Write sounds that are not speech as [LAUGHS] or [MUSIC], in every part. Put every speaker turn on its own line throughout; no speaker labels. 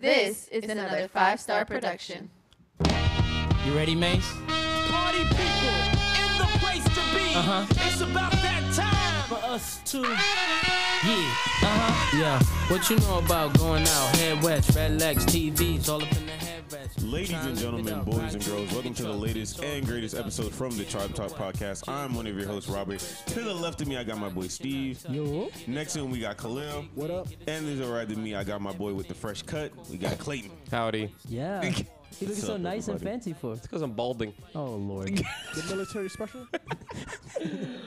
This is another five star production.
You ready, Mace?
Party people in the place to be.
Uh-huh.
It's about that time for us to.
Yeah. Uh-huh. Yeah. What you know about going out? Head west, red legs, TVs, all up in the headrest.
Ladies and gentlemen, boys and girls, welcome to the latest and greatest episode from the Tribe Talk Podcast. I'm one of your hosts, Robert. To the left of me, I got my boy Steve.
Yo,
Next to him, we got Khalil.
what up?
And there's a right to me, I got my boy with the fresh cut. We got Clayton.
Howdy.
Yeah. He looking
What's
so
up,
nice and
everybody?
fancy for us.
Because I'm balding.
Oh, Lord.
The military special?
Uh,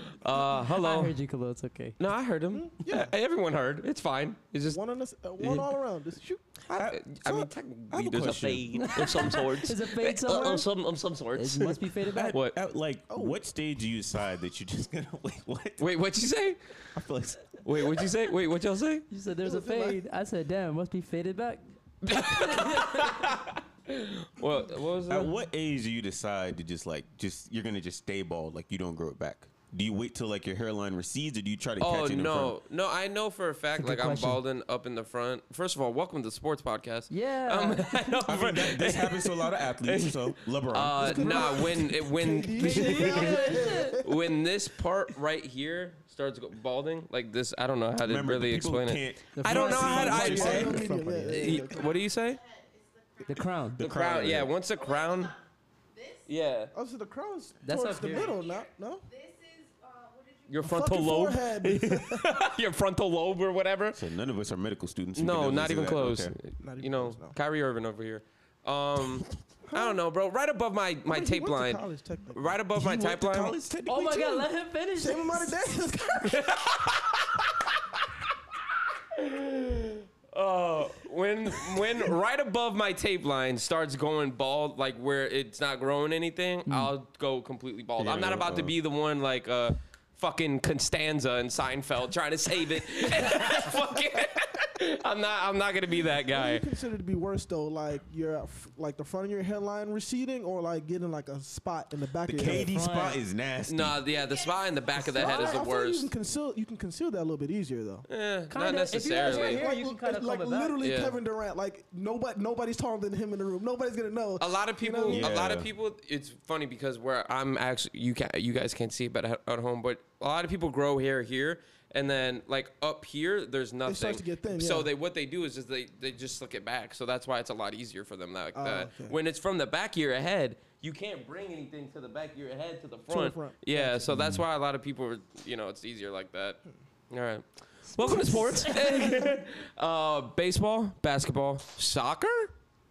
[LAUGHS] I
hello.
heard you, Khalil. It's okay.
No, I heard him. Yeah, everyone heard. It's fine. It's just.
One on this, uh, one
Yeah.
all around. Just shoot.
I, I
so,
mean,
I have
technically,
a
there's
question.
a fade of some sorts.
Is it fade
Uh,
somewhere?
Of some, of some
It
sorts.
must be faded back.
[LAUGHS]
At,
What?
at, like, what stage do you decide that you're just gonna [LAUGHS] wait? What?
Wait, what'd you say?
I feel like
Wait, what'd you say? Wait, what y'all say?
You said there's a fade. I said, damn, must be faded back.
What, what was
at
that?
what age do you decide to just like just you're gonna just stay bald, like you don't grow it back? Do you wait till like your hairline recedes, or do you try to
Oh
catch it? in front?
no, no! I know for a fact,
good
like I'm
question.
balding up in the front. First of all, welcome to sports podcast.
Yeah.
Um, [LAUGHS] I know
I mean,
for-
that, this happens to a lot
[LAUGHS]
of athletes. So LeBron,
Uh, nah, when it,
[LAUGHS]
when [LAUGHS] when this part right here starts go- balding like this, I don't know how to
remember
really
the people
explain
can't.
it. I don't know how to.
What you
I,
say?
Audio media, yeah, yeah,
Y-
yeah.
what do you say?
The crown.
The crown. Yeah, once the crown. Yeah,
Oh, so the crown's
That's
towards
up
the
here.
middle, no? No?
your frontal
Fucking
lobe,
forehead.
[LAUGHS] your frontal lobe or whatever.
So none of us are medical students. We can
No,
definitely
not
say
even
that.
close.
Okay.
Not even
You know,
close, no.
Kyrie Irving over here. Um, I don't know, bro. Right above my my
He
tape
went to
line.
college, technically.
Right above my
You went
tape
to
line.
college technically
Oh, my
too.
God. Let him finish.
Same amount [LAUGHS] of days.
Uh, when when right above my tape line starts going bald, like where it's not growing anything, I'll go completely bald.
Hmm. Yeah,
I'm not about to
uh,
be the one like uh, fucking Constanza and Seinfeld trying to save it. [LAUGHS] Fucking- I'm not. I'm not gonna be that
What do you
guy.
consider to be worse though, like your f- like the front of your hairline receding, or like getting like a spot in the back
The
of your head?
KD
Front.
spot is nasty.
No, yeah, the spot in the back of the head
I-
is
I
the
feel You
worst.
can conceal you can conceal that a little bit easier though.
Eh, not
Kinda, if you guys right
necessarily.
here-
like,
you can kinda
like
comb it back.
literally
Yeah.
Kevin Durant, like nobody nobody's taller than him in the room. Nobody's gonna know.
A lot of people,
know?
a lot of
Yeah.
people. It's funny because where I'm actually, you can you guys can't see it, but at, at home, but a lot of people grow hair here, and then like up here, there's nothing.
starts to get thin,
So
yeah.
they what they do is just they they just slick it back. So that's why it's a lot easier for them like
Oh,
that.
okay.
When it's from the back of your head, you can't bring anything to the back of your head to the front.
front.
Yeah, so that's why a lot of people, are, you know, it's easier like that. All right. Welcome to [LAUGHS] sports. uh, baseball, basketball, soccer,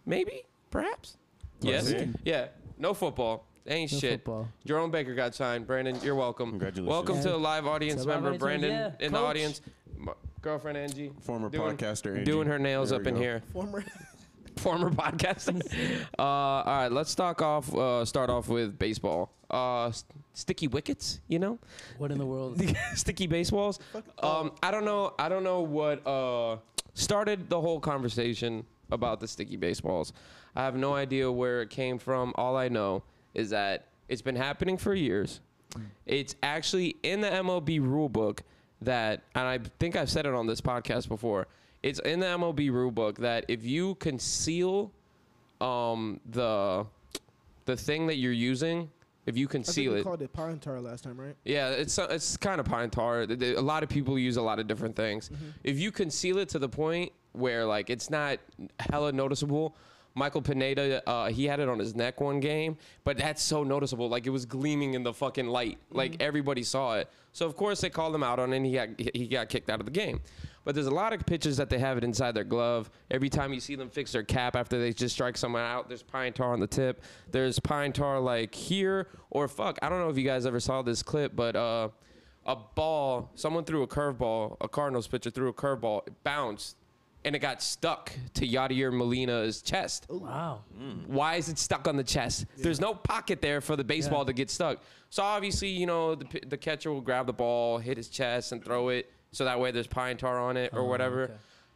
maybe, perhaps. Yes.
Brazil.
Yeah. No football. Ain't
No
shit.
football.
Jerome Baker got signed. Brandon, you're welcome.
Congratulations.
Welcome to
Yeah.
the live audience
To the live
member,
audience member,
Brandon,
yeah.
in the
Coach.
audience. My girlfriend Angie.
Former
doing-
podcaster Angie.
Doing her nails
There
up
we
in
go.
here. [LAUGHS]
former [LAUGHS]
Former podcaster. [LAUGHS] uh, all right, let's talk off. Uh, start off with baseball. Uh, s- sticky wickets, you know,
What in the
[LAUGHS]
world?
sticky baseballs. Um, I don't know. I don't know what uh, started the whole conversation about the sticky baseballs. I have no idea where it came from. All I know is that it's been happening for years. It's actually in the MLB rulebook that, and I think I've said it on this podcast before. It's in the MLB rulebook that if you conceal um, the the thing that you're using, if you
I think
conceal
we
it,
called it pine tar last time, right?
yeah, it's uh, it's kind of pine tar. Th- th- A lot of people use a lot of different things. If you conceal it to the point where like it's not hella noticeable, Michael Pineda, uh, he had it on his neck one game, but that's so noticeable. Like it was gleaming in the fucking light. Like everybody saw it. So of course they called him out on it. and He got he- he got kicked out of the game. But there's a lot of pitchers that they have it inside their glove. Every time you see them fix their cap after they just strike someone out, there's pine tar on the tip. There's pine tar like here or fuck. I don't know if you guys ever saw this clip, but uh, a ball, someone threw a curveball, a Cardinals pitcher threw a curveball, it bounced, and it got stuck to Yadier Molina's chest.
wow.
Mm. Why is it stuck on the chest? There's no pocket there for the baseball
Yeah.
to get stuck. So obviously, you know, the, p- the catcher will grab the ball, hit his chest, and throw it. So that way, there's pine tar on it or whatever.
Oh, okay.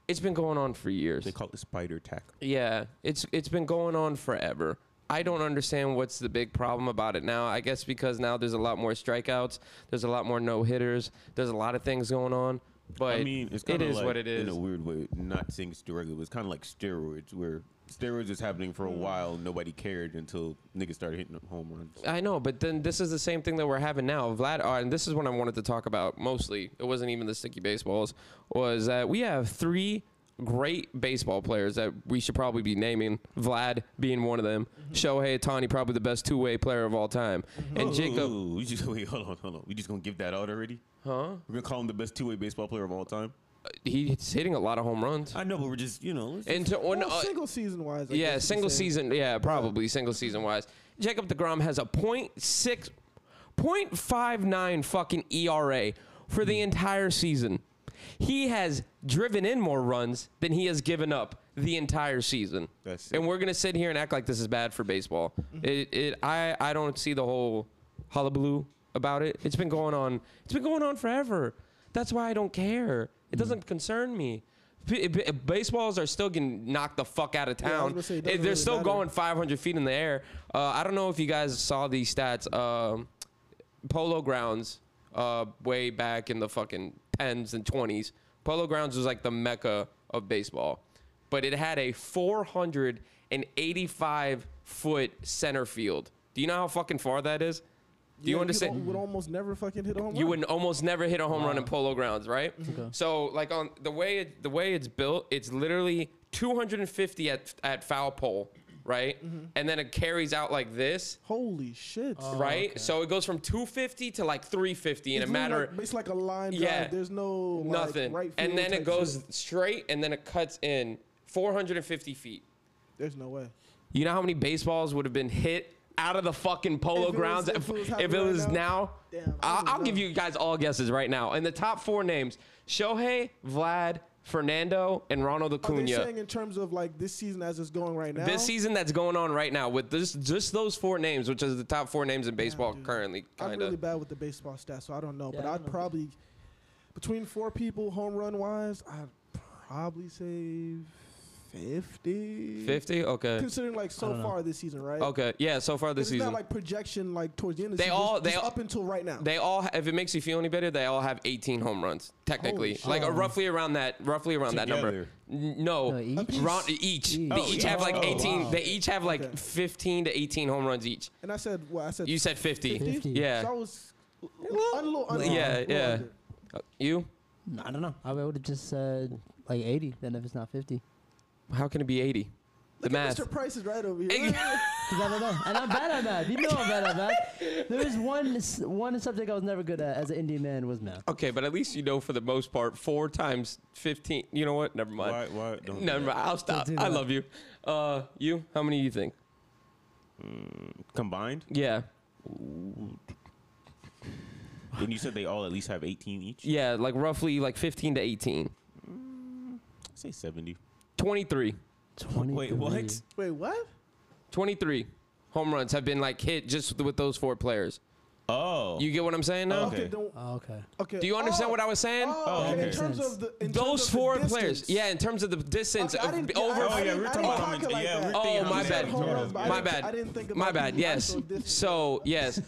It's been going on for years.
They call it spider tackle.
Yeah, it's it's been going on forever. I don't understand what's the big problem about it now. I guess because now there's a lot more strikeouts, there's a lot more no hitters, there's a lot of things going on. But
I mean, it's
it
kinda
is
like,
what it is.
In a weird way, not saying it's directly, but it's kind of like steroids, where steroids is happening
Hmm.
for a while, nobody cared until niggas started hitting them home runs.
I know, but then this is the same thing that we're having now. Vlad, uh, and this is what I wanted to talk about mostly. It wasn't even the sticky baseballs. Was that we have three great baseball players that we should probably be naming. Vlad being one of them. Shohei Itani, probably the best two-way player of all time,
Mm-hmm.
and Jacob.
Ooh, we Oh, just [LAUGHS] wait, hold on, hold on. We just gonna give that out already? Huh? We're gonna call him the best two-way baseball player of all time.
uh, He's hitting a lot of home runs.
I know, but we're just you know. let's
And to,
Well,
on, uh,
single season wise. I
Yeah,
guess you
single
could say.
season. Yeah, probably single season wise. Jacob DeGrom has a point six, point five nine fucking ERA for
Hmm.
the entire season. He has driven in more runs than he has given up the entire season.
That's it.
and we're gonna sit here and act like this is bad for baseball.
Mm-hmm.
It, it, I, I don't see the whole hullabaloo about it. It's been going on. It's been going on forever. That's why I don't care.
Mm-hmm.
It doesn't concern me. B- b- baseballs are still getting knocked the fuck out of
I was
town.
gonna say, it
They're
doesn't really
still
matter.
going 500 feet in the air. Uh, I don't know if you guys saw these stats. Um, Polo Grounds, uh, way back in the fucking 10s and 20s, Polo Grounds was like the mecca of baseball. But it had a 485 foot center field. Do you know how fucking far that is? Do
Yeah,
you understand?
al- Would almost never fucking hit a home
you
run.
would almost never hit a home run in polo grounds, right?
Mm-hmm.
So like on the way it, the way it's built, it's literally 250 at at foul pole, right?
Mm-hmm.
And then it carries out like this,
Holy shit!
right? So it goes from 250 to like 350 in
Oh, It's
a matter
literally like, it's like a line drive.
Yeah.
There's no like,
nothing.
Right
and
field
then
type
it goes
shit.
straight and then it cuts in 450 feet.
There's no way.
You know how many baseballs would have been hit out of the fucking polo
If it was-
grounds
if
if,
it was
if it
happening right
was
now?
now?
Damn,
I'll,
I don't
I'll give
know.
you guys all guesses right now. And the top four names Shohei, Vlad, Fernando, and Ronald
Are they
Acuna.
saying in terms of like this season as it's going right now?
This season that's going on right now with this, just those four names, which is the top four names in baseball
dude.
currently,
I'm
kind
really
of.
bad with the baseball stats, so I don't know.
Yeah,
but
I
I'd
don't know.
probably between four people home run wise, I'd probably say fifty.
50? Okay.
Considering like so
don't know.
far this season, right?
Okay. Yeah, so far
'Cause
this
It's not
season.
like projection like towards the end. Of
They
the season,
all-
just-
they
just
all-
up until right now.
They all, if it makes you feel any better, they all have 18 home runs technically,
shit.
like uh, roughly around that, roughly around that number.
Together.
N- No,
No, each?
each? Round, each.
Each.
They
Oh,
each
yeah.
have like
Oh,
18.
wow.
They each have like
Okay.
15 to 18 home runs each.
and I said, well, I said
You said 50.
50?
Yeah.
So I was a little under.
yeah,
little
yeah.
under.
Uh, You?
I don't know. I would have just said like 80. Then if it's not 50,
How can it be 80? The
Look at
math.
Mr. Price is right over here.
Hey.
because I don't know. And I'm bad at math. You know I'm bad at math. There is one s- one subject I was never good at as an Indian man was math.
[LAUGHS] Okay, but at least you know for the most part, four times 15. You know what? Never mind.
Why? Why? Don't do
Never
that.
mind. I'll stop.
do
I
that.
love you. Uh, you? How many do you think?
Combined,
Yeah.
when you said they all at least have 18 each,
Yeah, like roughly like 15 to 18.
I'd say 70.
23.
Wait, what?
Wait, what?
23 home runs have been like hit just with those four players.
Oh,
You get what I'm saying now?
Okay.
Okay, don't.
Oh, Okay.
Okay.
Do you understand
Oh,
what I was saying?
Oh,
okay.
okay. in terms
Sense.
of the in terms
Those
of
four
the
players.
distance.
Yeah, in terms of the distance
Okay, I
of
didn't,
over.
I,
Oh,
I
yeah,
didn't,
we're
I
talking
didn't
about-
calculate
yeah,
that.
we're
Oh, thinking my bad.
Home runs, but I
My
didn't-
bad.
I didn't think about
My bad.
the
Yes.
actual distance.
So yes,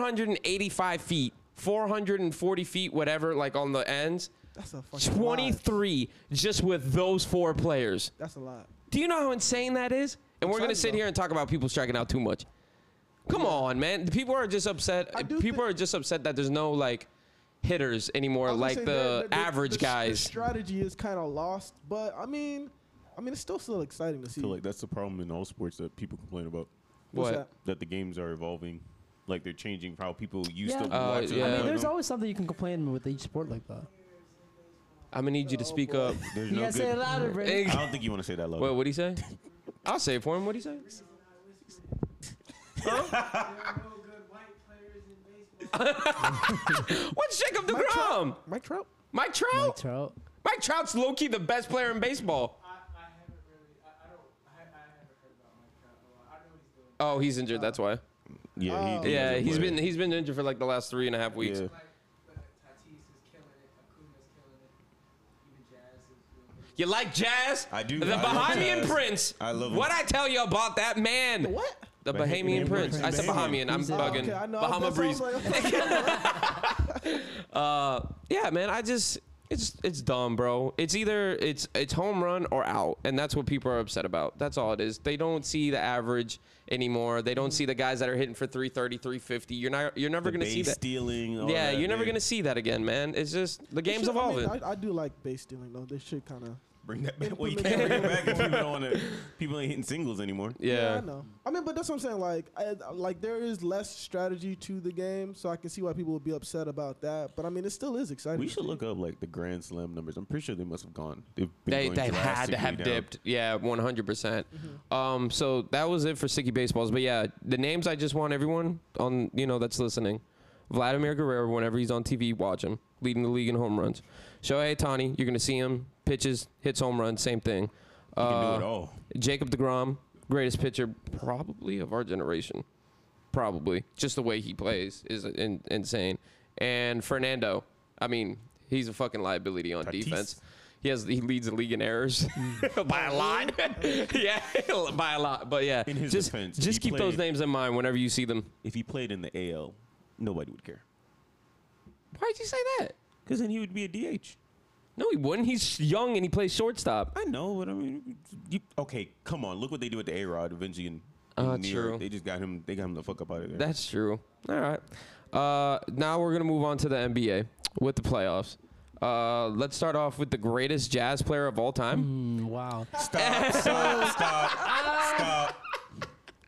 485 feet, 440 feet, whatever, like on the ends.
That's a fucking lot.
23 just with those four players.
That's a lot.
Do you know how insane that is? And we're
Excited,
gonna sit
though.
here and talk about people striking out too much. Come on, man. The People are just upset.
I do
People
thi-
are just upset that there's no like hitters anymore,
I was gonna
like
say
the
they're- they're-
average
the,
guys.
The strategy is kind of lost, but I mean, I mean, it's still still exciting to see.
I feel like that's the problem in all sports that people complain about.
What's
What?
That the games are evolving, like they're changing how people used
Yeah.
to
Uh,
watch. and
yeah.
I
play
mean, there's
them.
always something you can complain with each sport like that.
I'm gonna need you to
Oh,
speak up.
There's
You
no
gotta say it
good.
louder, Brandon.
I don't think you want to say that loud.
What? What'd he say? [LAUGHS] I'll say it for him. What'd he say? [LAUGHS] What's Jacob DeGrom?
Mike Trout.
Mike
Mike [LAUGHS]
Trout?
Trout.
Mike Trout's low key the best player in baseball. Oh, he's injured. That's why.
Yeah, he, he
Oh. Yeah,
doesn't
he's
play.
been he's been injured for like the last three and a half weeks.
Yeah.
You like jazz?
I do.
The
I love
Bahamian
jazz.
Prince.
I love him.
What I tell you about that man?
What?
The
Bah-
Bahamian
Bahamian
Prince. I
Prince.
said
Bahamian.
Bahamian. I'm
Who's that?
bugging.
Okay, I know.
Bahama
[LAUGHS] that's what I
Breeze.
was like, okay.
Uh, yeah, man. I just It's it's dumb, bro. It's either it's it's home run or out, and that's what people are upset about. That's all it is. They don't see the average anymore. They
Mm-hmm.
don't see the guys that are hitting for 330, 350. You're not you're never
The
going to see
base
that.
stealing. all
yeah,
that,
you're never
man.
going to see that again, man. It's just the
They
game's
should- I mean,
evolving.
I, I do like base stealing though. They should kind of.
Bring that back.
[LAUGHS]
Well, you can't bring it back if people don't want to. People ain't hitting singles anymore.
Yeah,
yeah.
I know. I mean, but that's what I'm saying. Like, I, like there is less strategy to the game, so I can see why people would be upset about that. But I mean, it still is exciting.
We should look up like the Grand Slam numbers. I'm pretty sure they must have gone. They've been
They,
going
they had to
drastically
have
down.
dipped. Yeah, 100%. percent
Mm-hmm.
Um, so that was it for Sticky Baseballs. But yeah, the names I just want everyone on, you know, that's listening. Vladimir Guerrero, whenever he's on TV, watch him. Leading the league in home runs. Shohei Tani, you're going to see him. Pitches, hits home runs, same thing.
You can
Uh,
do it all.
Jacob DeGrom, greatest pitcher probably of our generation. Probably. Just the way he plays is in, insane. And Fernando, I mean, he's a fucking liability on
Tatis.
defense. He has he leads the league in errors [LAUGHS] by a lot. [LAUGHS] yeah, by a lot. But yeah,
In his
just
defense,
just
he
keep those
played-
names in mind whenever you see them.
If he played in the AL, nobody would care.
Why'd you say that?
Because then he would be a DH.
No, he wouldn't. He's young and he plays shortstop.
I know, but I mean, you, okay, come on. Look what they do with the A Rod eventually. In, in
Ah,
New York.
true.
They just got him. They got him the fuck up out of there.
That's true. All right. Uh, now we're gonna move on to the NBA with the playoffs. Uh, let's start off with the greatest jazz player of all time.
Mm, wow.
[LAUGHS] stop! Stop!
[LAUGHS]
stop!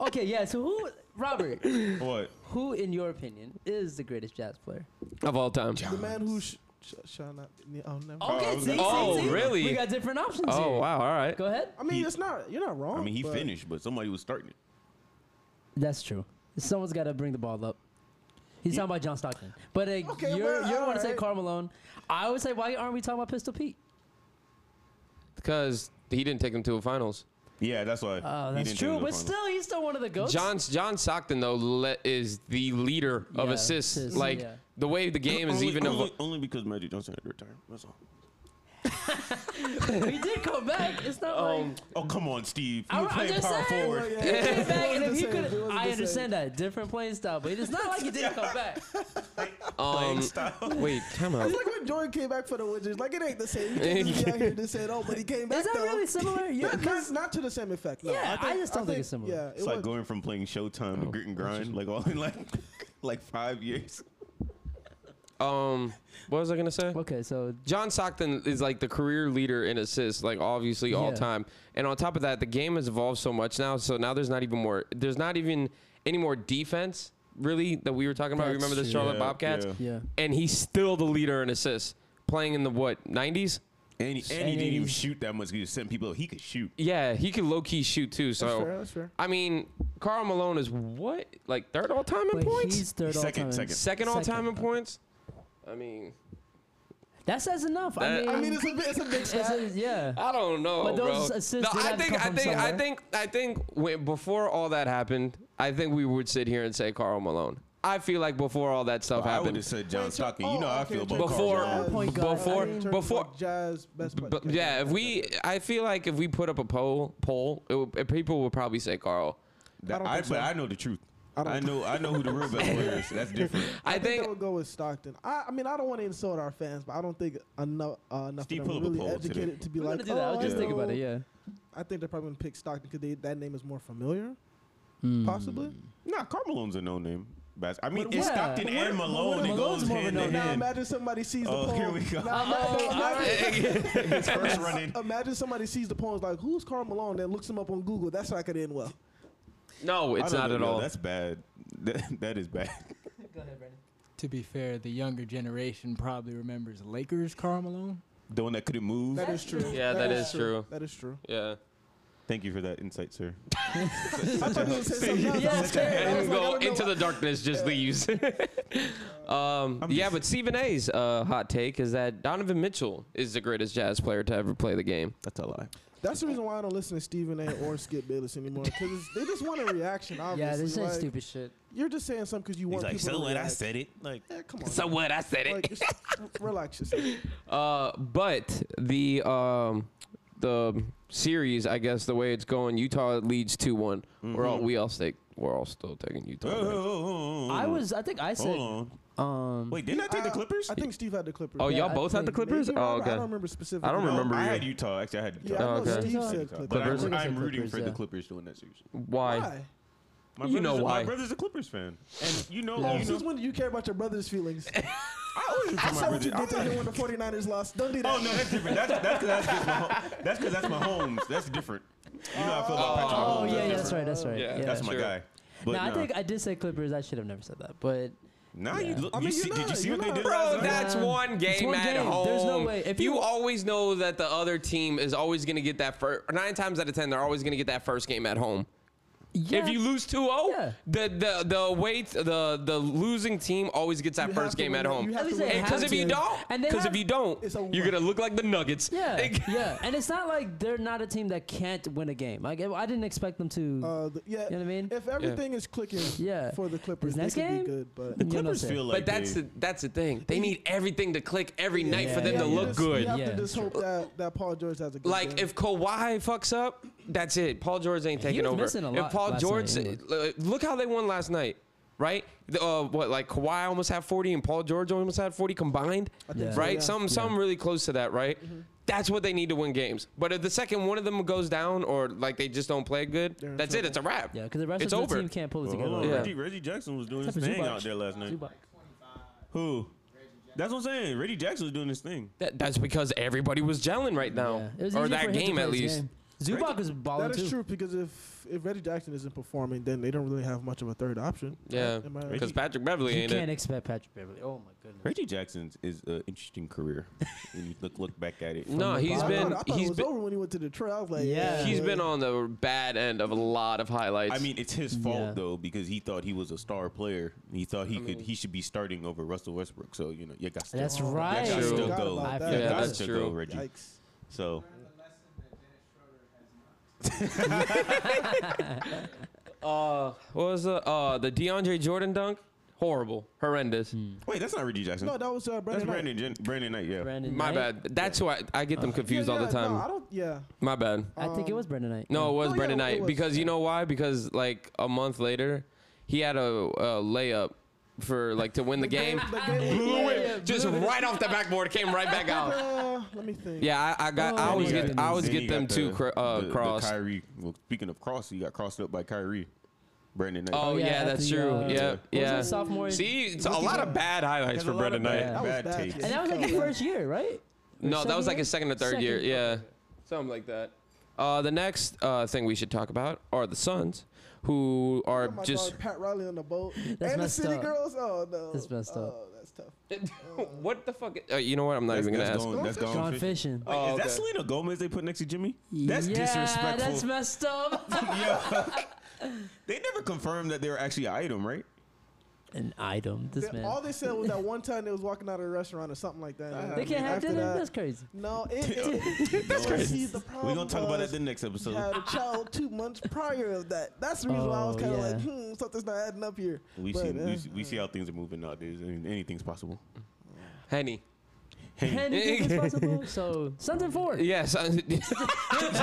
Okay, yeah. So who, Robert?
Stop! What?
Who, in your opinion, is the greatest jazz player?
Of all time.
the man who sh- sh- shall not. Oh, never.
I
Okay,
was
see,
gonna-
Oh,
see, see?
really?
We got different options here.
Oh wow! All right.
Go ahead.
I mean,
He-
it's not. You're not wrong.
I mean, he
but
finished, but somebody was starting it.
That's true. Someone's got to bring the ball up. He's talking about John Stockton, but uh,
Okay,
you're,
well,
you want to say
alright.
Karl Malone. I would say, why aren't we talking about Pistol Pete?
Because he didn't take them to a finals.
Yeah, that's why.
Oh,
he
that's
didn't do
true.
it
But
on-
still, he's still one of the goats.
John John Stockton though le- is the leader of
Yeah,
assists.
assists,
Like
yeah.
the way the game is
only,
even.
only,
evo-
only because Magic Johnson had to retire. That's all.
[LAUGHS] he did come back. It's not like
Oh come on, Steve. You
I-
were
I'm
playing
just
power
saying,
forward. [LAUGHS]
Oh, Yeah,
he came back, and
wasn't
if he
the same. It
could,
wasn't the
I
same.
understand that different playing style, but it's not like he didn't come back.
um,
style.
wait, time out.
[LAUGHS]
It's like when Jordan came back for the Wizards. Like it ain't the same. You
[LAUGHS]
can't just be out here and say, "Oh, but he came [LAUGHS] back."
Is that
though.
really similar? Yeah,
[LAUGHS] Not-
'cause-
not to the same effect. No.
Yeah,
I, think,
I just don't think it's similar.
Yeah,
It's like going from playing Showtime to
Oh.
Grit and Grind, like all in like [LAUGHS] like five years.
Um, what was I gonna say?
okay, so
John Stockton is like the career leader in assists, like obviously all
Yeah.
time. And on top of that, the game has evolved so much now. So now there's not even more. There's not even any more defense really that we were talking about.
That's
Remember the
true.
Charlotte
Yeah,
Bobcats?
yeah.
yeah,
And he's still the leader in assists, playing in the what 90s.
And he, and he
And
didn't even
he's-
shoot that much. He just sent people. He could shoot.
Yeah, he could low key shoot too. So
That's fair. That's fair.
I mean, Carl Malone is what like third all time in
but
points,
he's third all
Second,
time.
second.
second all time
Second.
in points. I mean,
That says enough.
That-
I mean,
I mean, it's a bit. It's a big
it's
stat.
a- yeah.
I don't know,
But those
bro.
assists
no,
did
I
have to
think,
come
I
from
think, I
somewhere.
think, I think, when, before all that happened, I think we would sit here and say Carl Malone. I feel like before all that stuff
Well, I would
happened,
have said John
Wait, so-
Stockton. you
oh,
know how I
okay,
feel about
John
Before-
Carl Malone.
Stockton.
Point guard.
before-
I mean, in terms of,
before-
like, jazz best. player.
but
Okay,
yeah, if we, I feel like if we put up a poll, poll, it would, eh, people would probably say Carl.
That-
don't
I,
think so.
but I know the truth. I,
I don't-
know. I know who the real best player is. That's different.
I,
I think
think,
that would go with Stockton. I, I mean, I don't want to insult our fans, but I don't think enough uh, enough
Steve,
of
pull up
them
a
really
poll today.
educated to be
We're gonna
like,
do that. I
oh,
was just
I
thinking about
know-
it. Yeah.
I think they're probably gonna pick Stockton because that name is more familiar,
Hmm.
Hmm.
possibly.
[LAUGHS] nah, Carl Malone's a no name. Bas- I mean,
But
it's
what-
Stockton
but
and
what-
Malone. It
Malone's
goes
more of a
hand in
no-name.
Now
hand.
imagine somebody sees the
Oh,
poll.
here we go. Oh,
Now imagine- imagine-
His first run in.
Imagine somebody sees the poem is like, "Who's Carl Malone?" Then looks him up on Google. That's not gonna end well.
no,
[LAUGHS] I
it's
don't
not
know,
at
yo,
all.
That's bad. [LAUGHS] That, that is bad. [LAUGHS]
To be fair, the younger generation probably remembers Lakers Karl Malone.
The one that couldn't move.
That is true.
Yeah, that is true.
That is true.
Yeah.
Thank you for that insight, sir.
I thought you were saying something
Yeah,
else.
it's fair.
I was
and
like, I
go
don't know
into
why-
the darkness just leaves. [LAUGHS] um,
I'm
yeah,
just-
but Stephen A's uh, hot take is that Donovan Mitchell is the greatest jazz player to ever play the game.
That's a lie.
That's the reason why I don't listen to Stephen A. or Skip Bayless anymore because they just want a reaction.
[LAUGHS]
Obviously,
Yeah, this
like,
is stupid shit.
You're just saying something because you
He's
want
like,
people
so
to
what?
react.
I said it. Like,
Yeah, come on.
So what? I said it.
like, just r- [LAUGHS] relax yourself.
Uh, but the um, Mm-hmm. the series, I guess, the way it's going, Utah leads two one. We're all we all take we're all still taking Utah.
Oh,
right?
oh, oh,
I
oh.
was. I think I said.
Hold
Um.
on. Wait, didn't I take the
Uh,
Clippers?
I think Steve had the Clippers.
Oh,
Yeah,
y'all
I
both had the
think-
Clippers?
Maybe,
Oh,
Robert, I
okay.
don't remember specifically.
I don't
No,
remember
I
you.
had Utah. Actually, I had Utah.
Yeah, I
Oh,
know
okay.
Steve
Utah.
said
But
Clippers.
Clippers.
I'm,
I
I'm
said
rooting
Clippers,
for the
yeah.
Clippers to win that series.
Why?
[LAUGHS]
Why?
My
You
brother's
know
a,
why.
My brother's a Clippers fan, and you know,
Yeah.
you know.
Since when do you care about your
[LAUGHS]
brother's feelings?
I always root
I
for my
saw what
brother.
you did to
I'm
him
not-
when the 49ers lost. Don't do that.
Oh no, that's different. That's that's because that's, 'cause my home- that's, 'cause that's my homes. That's different. You know how I feel about
Oh
Patrick Mahomes.
yeah, yeah, that's
different.
right, that's right.
Yeah,
Yeah,
That's my
Sure.
guy. But
no, I
nah.
think I did say Clippers. I should have never said that, but
Nah, you
Yeah.
look.
I
you
mean,
see,
you're
did you
not-
see what
you're
they
not-
did
Bro,
last night?
Oh, that's
Yeah.
one game
It's one
at
game.
home.
There's no way. If
you,
you-
always know that the other team is always going to get that first. Nine times out of ten, they're always going to get that first game at home.
yeah,
If you lose 2-0,
Yeah.
the the the wait the the losing team always gets that
You have
first
to
game
win
at
that.
home.
You have
At least
to
they
win
have
Because if you
to.
don't,
And they
because
have-
if you don't,
It's a
you're
one.
gonna look like the Nuggets.
yeah,
[LAUGHS] Like-
yeah, and it's not like they're not a team that can't win a game. Like I didn't expect them to.
Uh, the, yeah,
You know what I mean?
If everything is clicking
Yeah.
for the Clippers,
This next
they could
game?
be good. But
You
The
know what I'm
Clippers
saying?
feel like
but that's
they,
the, that's the thing. They need everything to click every night for them
yeah,
to
yeah.
look
[LAUGHS] Just-
good.
You have
Yeah.
to just hope that, that Paul George has a good
Like
game.
if Kawhi fucks up, that's it. Paul George ain't taking
was
over.
missing a lot
if Paul
last
George,
night, he
uh, look how they won last night, right? The, uh, what like Kawhi almost had 40 and Paul George almost had 40 combined,
think so,
right?
yeah. Mm-hmm.
Some some really close to that, right? That's what they need to win games. But if the second one of them goes down or like they just don't play good,
They're in
that's it.
trouble.
It's a wrap.
yeah, because the rest
it's
of the
over.
team can't pull it
Well,
together.
hold on.
Yeah.
Reggie, Reggie Jackson was doing his
Except for
thing
Zubac.
out there last night.
Zubac.
Who? That's what I'm saying. Reggie Jackson was doing his thing.
That, that's because everybody was gelling right now,
Yeah. It was
Oh. or
easy for
that
him to
game
play
at
his
least.
game. Zubac was balling
that
too.
is true because if if Reggie Jackson isn't performing, then they don't really have much of a third option.
Yeah,
Am I right?
because Patrick Beverly
You
ain't
can't
it.
expect Patrick Beverly. Oh my goodness.
Reggie Jackson's is an interesting career. when you look look back at it.
No, he's
I thought-
been
I thought it
he's
was
been
over when he went to Detroit. I was like,
Yeah.
He's
boy.
been on the bad end of a lot of highlights.
I mean, it's his fault
Yeah.
though because he thought he was a star player. He thought he could he should be starting over Russell Westbrook. So you know, you got still,
That's
you
right.
got still
Forgot
go.
about
You
that.
Yeah,
got
that's
to
true.
go, Reggie.
Yikes.
So
uh, what was the uh the DeAndre Jordan dunk? Horrible, horrendous.
Hmm.
wait, that's not Reggie Jackson.
No, that was uh,
that's
Brandon. Knight.
Brandon Jen- Brandon Knight. Yeah,
Brandon
My
Knight?
bad. That's who I, I get them
Uh, Yeah,
confused all the
yeah,
time.
No, I don't. Yeah.
My bad.
I think it was Brandon Knight.
No, it was
Oh, yeah,
Brendan
it
Knight
was.
because you know why? Because like a month later, he had a, a layup for like to
[LAUGHS]
win the game.
The game
[LAUGHS]
was-
Blew
yeah, yeah,
it just
blew it.
right off the backboard, came
[LAUGHS]
right back out.
Uh, let me think.
Yeah, I, I got. I
Oh,
always
yeah.
get. I always
Then
get
you got
them
the-
too. Cr- uh,
the- the
cross.
Kyrie. Well, speaking of cross, he got crossed up by Kyrie. Brandon Knight.
Oh
yeah,
yeah,
at
that's
the,
true.
uh, What
yeah,
was
yeah.
that, sophomore?
See, it's a lot of bad highlights
There's
for
a lot
Brendan
of
Knight.
bad-
That was
Bad
bad.
taste.
And that was like his first year, right?
No, that
second
was like
year?
his second or third
Second,
year.
okay.
Yeah, something like that. Uh, the next uh, thing we should talk about are the Suns, who are
Oh my
just
God, Pat Riley on the boat. and the
messed
City
up.
Girls. Oh no.
That's messed up.
Oh, that's tough.
[LAUGHS] what the fuck. Uh, you know what? I'm not
That's,
even gonna
that's
ask.
going. That's going.
Gone
fishing.
fishing.
Wait,
Oh,
is
okay.
that Selena Gomez they put next to Jimmy? That's
yeah,
disrespectful.
That's messed up.
yeah. [LAUGHS] they never confirmed that they were actually an item, right?
An item. This
They-
man.
All they said was that one time they was walking out of a restaurant or something like that.
Uh-huh. they can't have
After
dinner.
that-
That's
[LAUGHS]
crazy.
No, it,
[LAUGHS]
it, that's
crazy.
crazy. The
We're
problem
gonna talk about that
was
the next
he
episode.
had a child two months prior of that. That's the reason why I was
Oh,
kind of
yeah.
like, hmm, something's not adding up here.
We
But,
see,
uh,
we, see- we see how things are moving nowadays. I mean, anything's possible.
Henny.
And it's
[LAUGHS]
possible. So Suns and four.
Yeah, Suns. [LAUGHS]
[LAUGHS]
Suns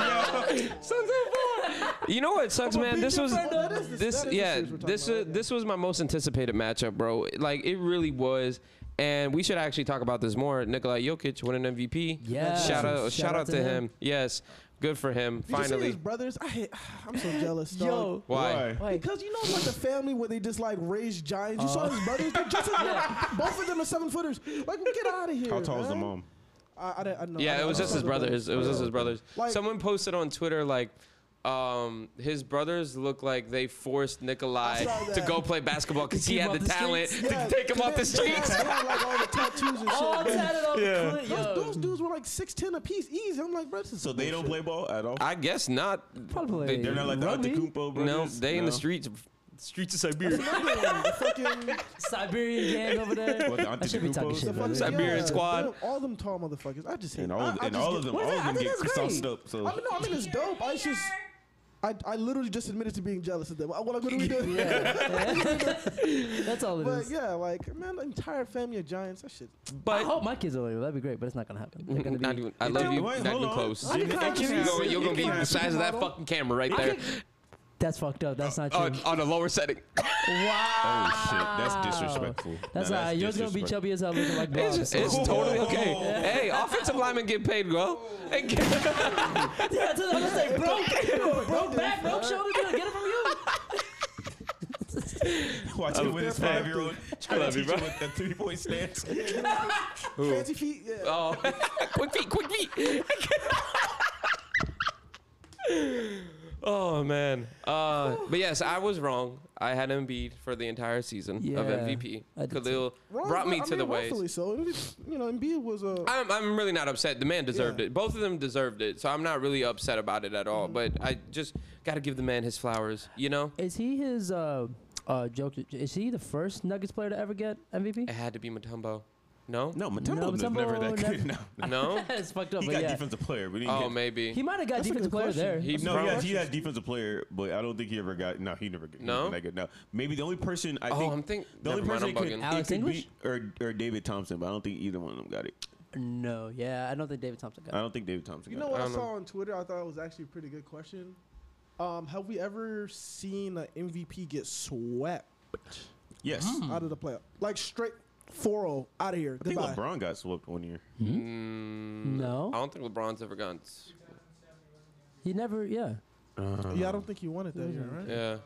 and four. You know what sucks,
I'ma
man?
beat
This
your
was
friend up. That is the-
this
that is the
yeah
series we're talking
this
about,
uh,
okay.
this was my most anticipated matchup, bro. Like it really was. And we should actually talk about this more. Nikola Jokic won an MVP.
Yeah.
Shout out, shout, out, to him. Yes. Good for him.
did you see his
Finally.
brothers? I hate, [SIGHS] I'm so jealous. Dog.
Yo.
Why?
Wait.
Because you know, it's like the family where they just like raise giants. You
Uh.
saw his brothers; they're just
[LAUGHS]
as both of them are seven footers. Like, get out of here!
How tall is the
man.
mom?
I, I, don't- I don't know. I
Yeah, it
don't
was
know.
just his brothers. It was just his brothers.
Like-
Someone posted on Twitter like um, his brothers look like they forced Nikolai
I saw
to
that.
go play basketball because
[LAUGHS] To
he
keep
had
him
the,
off the
talent
streets.
Yeah,
[LAUGHS] to take him off
[LAUGHS]
the
they- they had-
streets.
they had, like [LAUGHS] all the tattoos and
All
shit. but
tatted up.
Yeah.
Clint,
Those,
yo.
those dudes were like six ten a piece, easy. I'm like, bro, this is
So they don't
bullshit.
play ball at all.
I guess not.
Probably.
They-
They're not like the
Rugby?
Antetokounmpo brothers.
no, they in the streets. Streets of Siberia.
Another one, the fucking,
Siberian gang over
[LAUGHS]
there.
[LAUGHS] What, the
I should be talking
Antetokounmpos?
shit
the
about
fucking
this.
Siberian
yeah,
squad.
them- all them tall motherfuckers. I just hate.
And all,
I, I
and
just
all
get-
of them,
What is
all
that?
of
I
them
think
get
that's great.
sauced up. So
I mean, no, I mean it's dope. I just, I, I literally just admitted to being jealous of them. What, what
[LAUGHS]
are we doing?
That's all it
But
is.
yeah, [LAUGHS] like man, the entire family of giants. That shit.
I
But
hope my kids are over there. That'd be great, but it's not gonna happen. They're gonna
not
be-
even, I love you.
Wait,
Not
hold
even
on.
close.
I
You're
didn't
gonna,
catch you.
you're gonna be the size of that
Supermodel.
fucking camera right
I
there.
could- That's fucked up. That's not true.
on, on a lower setting.
wow.
Oh shit, that's disrespectful.
That's
Nah,
all right. Yours gonna be
disrespectful.
chubby as hell looking like
It's,
Bob.
just- it's
Whoa.
totally okay.
Whoa.
Hey, offensive linemen get paid, bro. Hey, [LAUGHS]
[LAUGHS]
get-
Yeah, that's what I'm gonna say. Broke, broke back, broke shoulder. dude, Get it from you.
Watch him with his five year old trying to
love you,
teach him
bro.
what the three point stance.
Fancy feet. Yeah.
oh, quick feet, quick feet. oh man. Uh, but yes, I was wrong. I had Embiid for the entire season of
Yeah,
MVP.
I did
Khalil
Wrong,
brought me
I
to
mean,
the ways.
rightfully So It was- you know, Embiid was a.
I'm, I'm really not upset. The man deserved
Yeah.
it. Both of them deserved it. So I'm not really upset about it at all. But I just got to give the man his flowers, you know?
Is he his uh uh joke? Is he the first Nuggets player to ever get
It [LAUGHS]
MVP?
had to be Matumbo. No?
No,
No,
Matumbo was never
Mutombo
that good.
never-
[LAUGHS]
[LAUGHS]
No, no.
No?
it's fucked up.
He
But
got
yeah,
defensive player, but he didn't
oh,
get-
maybe.
he might have got
That's a
defensive
good
player
question.
there.
He
No,
probably-
yes, he had defensive player, but I don't think he ever got. No, he never got. he
No?
never got- no. Maybe the only person I
Oh,
think
I'm think-
the only
never mind,
person
I'm
it
bugging.
could, it
Alex
could
English?
beat or or David Thompson, but I don't think either one of them got it.
No, yeah, I don't think David Thompson
I
got. it.
don't think David Thompson.
You
got
know
it.
what
I
I,
don't know.
saw on Twitter? I thought it was actually a pretty good question. Um, have we ever seen an MVP get swept
Yes,
Hmm.
out of the playoff? Like straight 4-0 out of here.
I think
Goodbye.
LeBron got swept one year.
Mm,
No.
I don't think LeBron's ever gotten. s-
He never. Yeah.
Yeah, I don't think he won it
Mm.
that year, right?
Yeah.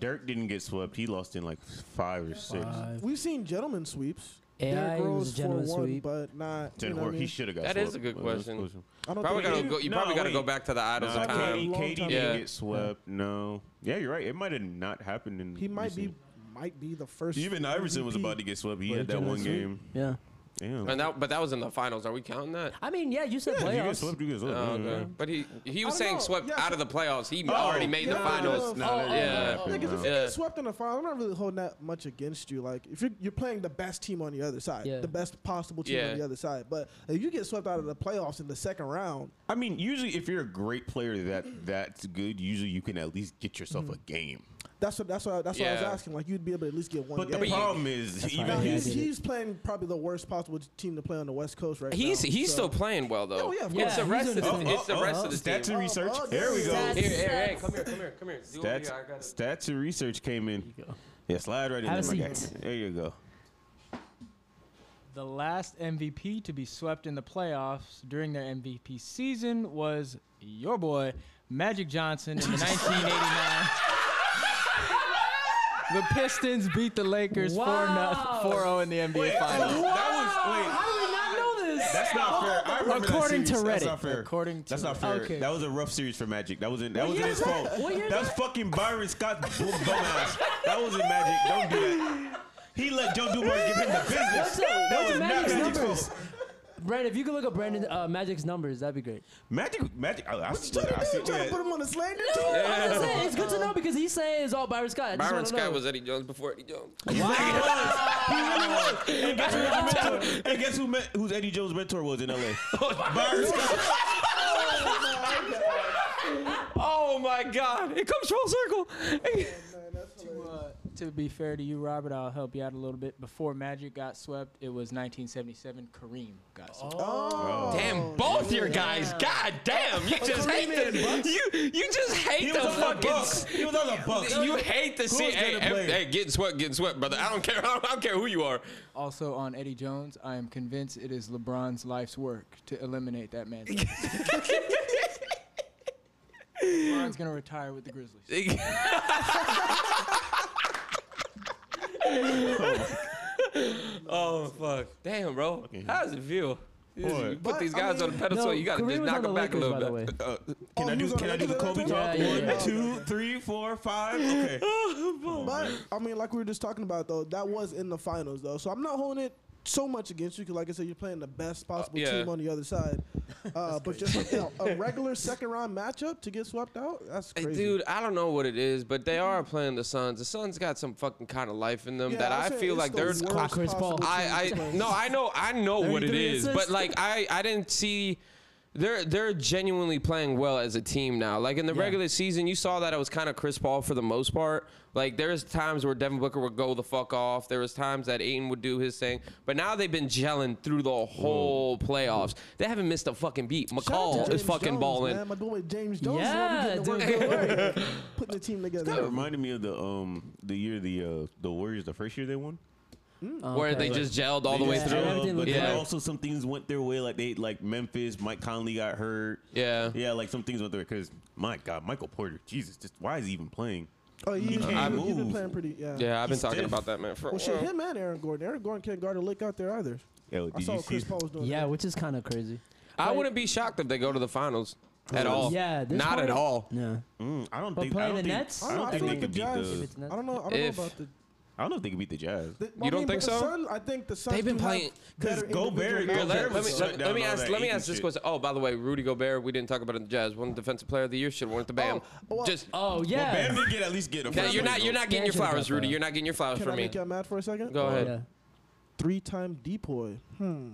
Dirk didn't get swept. He lost in like five or six.
Uh,
We've seen gentlemen sweeps.
AI
Derrick
was
Rose
a gentleman
4-1,
sweep.
but not. You
Didn't
know what
work.
I
He
mean?
should have got.
That
swept.
is a good
Well, that's
question.
close.
I don't
Probably
think
gotta
he-
go. You
No,
probably gotta go
wait.
back to the idols
Nah,
of time.
Katie,
Long
Katie
time
didn't
ago.
get swept. No. Yeah, you're right. It might have not happened. In
He might be
recent-
might be the first.
Even Iverson was
MVP.
about to get swept. He
But
had
he
that
didn't
one
sweep.
game.
Yeah.
Damn.
And that, but that was in the finals. Are we counting that?
I mean, yeah, you said
Yeah, you get
playoffs.
swept, you get
Oh,
swept. Yeah.
okay. But he he was
don't
saying
know.
swept
Yeah,
out of the playoffs.
Oh,
He already made the
yeah,
finals.
yeah.
No, that didn't
yeah.
happen,
Yeah, 'cause if
no.
you
Yeah.
get swept in the final, I'm not really holding that much against you. Like if you're you're playing the best team on the other side,
Yeah.
the best possible team
Yeah.
on the other side. But if you get swept out of the playoffs in the second round,
I mean, usually if you're a great player that that's good, usually you can at least get yourself a game.
that's what that's what I- that's what I was
Yeah.
asking. Like you'd be able to at least get one.
But
game.
the problem is,
fine.
Now,
even
Yeah,
he's,
his,
I did it.
he's playing probably the worst possible team to play on the West Coast right
He's
now.
he's
so-
still playing well though.
Oh, yeah, of
it's
course.
the
Yeah,
rest
he's
of the,
doing
Oh,
it's the
oh,
rest
oh,
of the
stats
team.
and research.
Oh, oh,
there we go.
Here, here, hey, come here, come here, come here. Do over
Stats,
here. I got it.
stats and research came in. Yeah, slide right in
Have
there,
a
my guy.
seat.
There you go.
The last MVP to be swept in the playoffs during their MVP season was your boy Magic Johnson in the [LAUGHS] 1989. the Pistons beat the Lakers 4
Wow.
4-0 in the NBA Finals.
That was
How do we not know this?
wait. That's
Oh.
not fair. I remember
According
that
to
series. That's
Reddit.
not fair.
According to
That's not
Reddit.
fair.
Okay.
That was a rough series for Magic. That wasn't. That wasn't
year
his
is
fault.
that? What year is
That was
that?
fucking Byron Scott bu- [LAUGHS] dumbass. That wasn't Magic. Don't do that. He let Joe Dumars give him the
What's
business.
up?
That
What's
was not
Magic's
Magic's
numbers?
fault.
Brandon, if you could look up Brandon uh, Magic's numbers, that'd be great.
Magic, Magic. I, I,
What you trying
I
to do?
see
You trying to
that.
put him on the slander team?
I'm just saying, it's good to know because he's saying it's all Byron Scott. I just
Byron
wanna
Scott
know.
was Eddie Jones before Eddie Jones.
[LAUGHS]
And guess, who his mentor, and guess who met, who's Eddie Jones' mentor was in L.A. Byron Scott.
Oh my God! It comes full circle.
Uh, to be fair to you, Robert, I'll help you out a little bit. Before Magic got swept, it was 1977. Kareem got swept.
Oh,
Uh,
Oh,
Damn, both your guys. God damn, you just hate the you you just
He
hate the
was on the
fucking.
Bucks. He was on the Bucks.
s- You hate to see
Who's
hey,
gonna
ev-
play?
hey getting swept, getting swept, brother. I don't care. [LAUGHS] I don't, I don't care who you are.
Also on Eddie Jones, I am convinced it is LeBron's life's work to eliminate that man. LeBron's gonna retire with the Grizzlies.
oh fuck, [LAUGHS] damn, bro. How does it feel? You put these
But, I
guys on a
mean-
pedestal.
No,
you gotta
Kareem
just
was
knock
on the
them back a
Lakers,
little
by the way.
bit.
Uh, can
Oh,
I
he
do
was on
can
the
I do the
Lakers at
Kobe
that
talk?
time? Yeah, yeah,
One,
yeah.
two, three, four,
[LAUGHS]
five. Okay.
But I mean, like we were just talking about though, that was in the finals though, so I'm not holding it so much against you because, like I said, you're playing the best possible
Uh, yeah.
team on the other
[LAUGHS]
side. Uh, but just like, you know, a regular second round matchup to get swept out, that's
Hey,
crazy.
Dude, I don't know what it is, but they are playing the Suns. The Suns got some fucking kind of life in them
Yeah,
that
I'd
I
say
feel
it's
like
the
they're.
worst
Clock Chris Paul.
possible team to
I, I
play.
no, I know, I know what it
33
is,
assists.
but like I, I didn't see they're they're genuinely playing well as a team now. Like in the regular season, you saw that it was kind of Chris Paul for the most part. Like there's times where Devin Booker would go the fuck off. There was times that Aiden would do his thing. But now they've been gelling through the whole playoffs. They haven't missed a fucking beat. McCall is fucking balling.
Man. My boy James Jones.
Yeah,
Yeah, dude.
dude. [LAUGHS]
Putting the team together.
That reminded me of the um the year the uh, the Warriors the first year they won.
Where they just gelled all the way
just
through.
gelled. everything
but
looked
then
right.
also some things went their way. Like they like Memphis, Mike Conley got hurt.
Yeah.
yeah, like some things went their way. Because my God, Michael Porter, Jesus, just why is he even playing?
Oh, he, he,
can't
he, he's been
move.
playing pretty. Yeah.
Yeah, I've been
He's
talking
stiff.
about that man for a
Well, shit,
while.
him and Aaron Gordon. Aaron Gordon can't guard a lick out there either.
Yo,
I
did
saw
you
what Chris
see?
Paul was doing.
Yeah, which is kind of crazy.
I wouldn't be shocked if they go to the finals at all.
Yeah, this
not at
one-
all.
Yeah.
Mm, I don't
But
think.
playing
I don't
the
think,
Nets?
I don't
I
think
feel
they can
like
beat
the Jazz-
the.
It's not-
I don't know. I don't
If-
know about the.
I don't know if they can beat the Jazz.
the
You don't think
but
so?
the Suns- I think the Suns.
They've been
do have
playing-
Because
better
Gobert-
individual
Here, let,
Gobert was
let me,
shut
let,
down
let me
all
ask
that
let me
Aiton
ask this
shit.
question. Oh, by the way, Rudy Gobert, we didn't talk about it in the Jazz. Won Defensive Player of the Year, should have won it to Bam.
oh, I-
Just
Oh
Well,
yeah.
Bam did get at least get a
Yeah,
first
you're
place
not you're
vote.
not getting your
Imagine
flowers,
about
Rudy.
that.
You're not getting your flowers
Can
from
I
me.
make y'all mad for a Oh, second? Uh,
Go ahead.
Yeah.
Three-time Depoy. Hmm.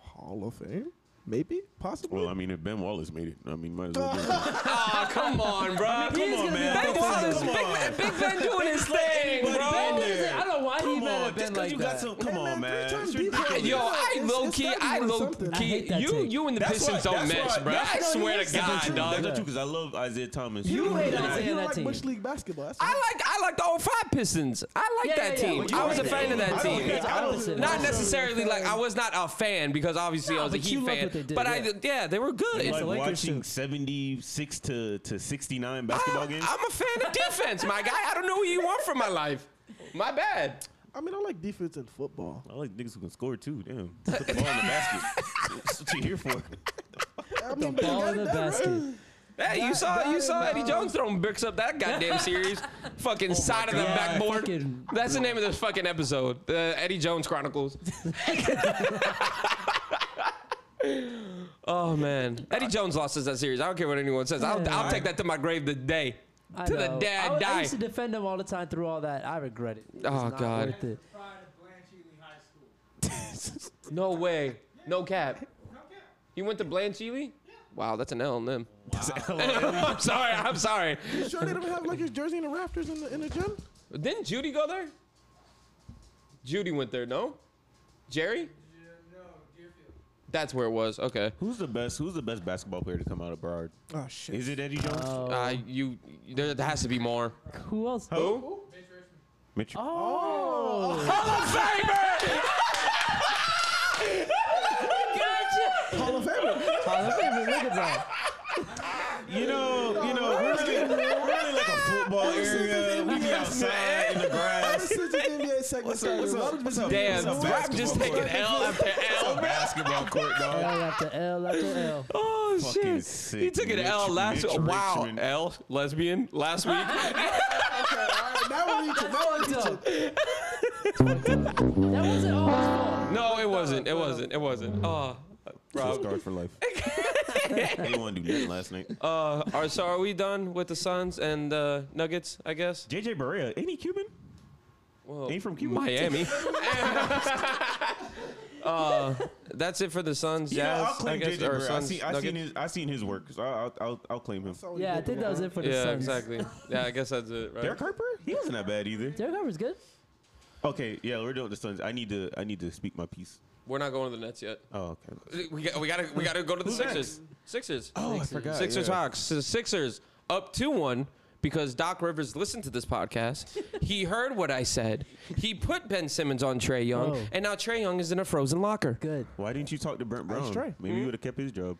Hall of Fame? Maybe? Possibly?
Well, I mean, if Ben Wallace made it, I mean, might as
[LAUGHS]
well. do it.
Oh, come on, bro.
Come on, man.
Big
Come on.
Wallace, Big Ben,
[LAUGHS]
Big Ben doing his thing,
Anybody
bro.
been there?
I don't know why he
Come
mad
on,
at
just
Ben
'cause
like
you got
that.
some. Come
Hey,
on,
man,
man.
three-time
It's
defense.
ridiculous.
Yo, I
It's-
low
it's
key,
gotta be
I
worth
low
something. I
key.
hate that
You
take.
you and the
That's
Pistons
why-
don't
that's
mesh,
why-
bro.
that's
I
why
swear to
That's not true.
God,
That's not
dog.
true because I love Isaiah Thomas.
You hate Isaiah
don't like- you don't
that
like
team.
Bush League basketball. That's
I like I like the 05 Pistons. I like
Yeah,
that
yeah, yeah.
team.
But you
I was a
hate
fan
it.
of that
I
team.
don't hate it. I don't hate it.
Not
I'm
necessarily
sure
like I was not a fan because obviously I was a
but you loved
Heat
what they
fan.
did,
But I
yeah.
yeah, they were good.
like
the Lakers
watching
too.
76 to, to 69
I,
basketball games.
Ah, I'm a fan of defense, my guy. I don't know what you want from my life. My bad.
I mean, I like defense in football.
I like niggas who can score too. Damn, put the ball in the basket. That's what you here for?
I mean, but you
Ball
got
in the
it down, right?
basket.
Hey, you
That-
saw
that
you
is
saw Eddie
not-
Jones throwing bricks up that goddamn series, fucking side of the backboard.
Fucking-
That's the name of this fucking episode, the Eddie Jones Chronicles. [LAUGHS] oh man, Eddie Jones lost us that series. I don't care what anyone says. I'll, I'll take that to my grave the day,
I
to the
know.
day
I,
I
was- I
die.
used to defend him all the time through all that. I regret it. It's
Oh,
not
God.
worth it.
No way, no cap. You went to Blanchili? Wow, that's an L on them. [LAUGHS] I'm sorry. I'm sorry.
You sure they don't have like his jersey and the Raptors in the in the gym?
Didn't Judy go there? Judy went there, no? Jerry? That's where it was. Okay.
who's the best? Who's the best basketball player to come out of Broward?
Oh shit.
Is it Eddie Jones?
Uh, you there, there has to be more.
Who else?
Who? Mitch.
Oh,
Hall of Famer!
Hall of Famer.
Hall of Famer, look at that.
You know, you know, we're really, we're really like a football area. We be outside in the [LAUGHS] grass.
Since the NBA segment
What's up?
started,
What's
why
up?
would you
What's up?
Damn,
what's up,
Rob just
basketball
taking
court? [LAUGHS]
L after L.
What's up, basketball court, dog.
L after L after L.
Oh
Fucking
shit!
sick.
He took an
Mitch-
L last.
Mitch
wow,
Richmond.
L lesbian last week.
Now we're reaching. Now we're reaching.
That wasn't all his fault.
no, it wasn't. It wasn't. It wasn't. Oh,
Rob guard for [LAUGHS] life. they didn't want to do nothing last night.
uh, are, so are we done with the Suns and uh, Nuggets? I guess.
JJ Barea, ain't he Cuban?
Well,
Ain't from Cuba?
Miami. [LAUGHS] uh, that's it for the Suns, Jazz.
Yeah, I'll
I
claim
guess,
JJ
or
Barea. I
Suns,
see, I
Nuggets.
seen his, I seen his work. So I'll, I'll, I'll claim him.
So
Yeah, I think that was it for the
yeah,
Suns.
exactly. Yeah, I guess that's it, right?
Derek Harper, he wasn't that bad either.
Derek Harper's good.
Okay, yeah, we're doing the Suns. I need to, I need to speak my piece.
We're not going to the Nets yet.
Oh, okay.
We got, we gotta we gotta go to the Sixers. Sixers.
Oh, I forgot.
Sixers
yeah.
Hawks. So the Sixers up two one because Doc Rivers listened to this podcast. he heard what I said. He put Ben Simmons on Trey Young,
Whoa.
and now Trey Young is in a frozen locker.
Good.
Why didn't you talk to Brent Brown?
try.
Maybe he would have kept his job.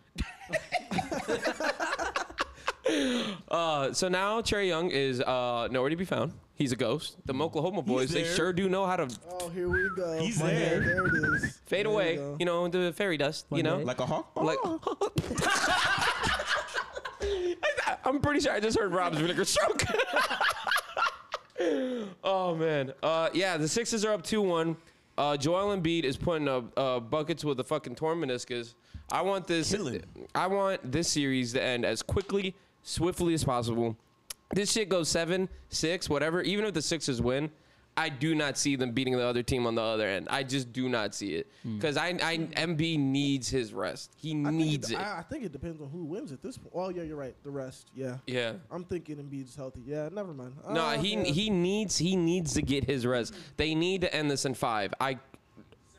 Uh, so now Trey Young is uh, nowhere to be found. He's a ghost. The Oklahoma boys, they
there.
sure do know how to
Oh, here we go.
He's
My
there.
man, There it is.
fade
There
away,
we go.
you know, into the fairy dust, you know?
day.
Like a hawk.
Like, I'm pretty sure [LAUGHS] I just heard Rob's vinegar stroke. oh man, uh, yeah, the Sixers are up two one. Uh, Joel Embiid is putting up uh, buckets with a fucking torn meniscus. I want this.
Killing.
I want this series to end as quickly, swiftly as possible. This shit goes seven, six, whatever. Even if the Sixers win, I do not see them beating the other team on the other end. I just do not see it because I, I MB needs his rest. He
Hmm. I think
needs it.
I, I think it depends on who wins at this point. Oh yeah, you're right. The rest, yeah.
yeah.
I'm thinking Embiid's healthy. Yeah, never mind.
No,
Ah,
he
yeah.
he needs he needs to get his rest. They need to end this in five. I.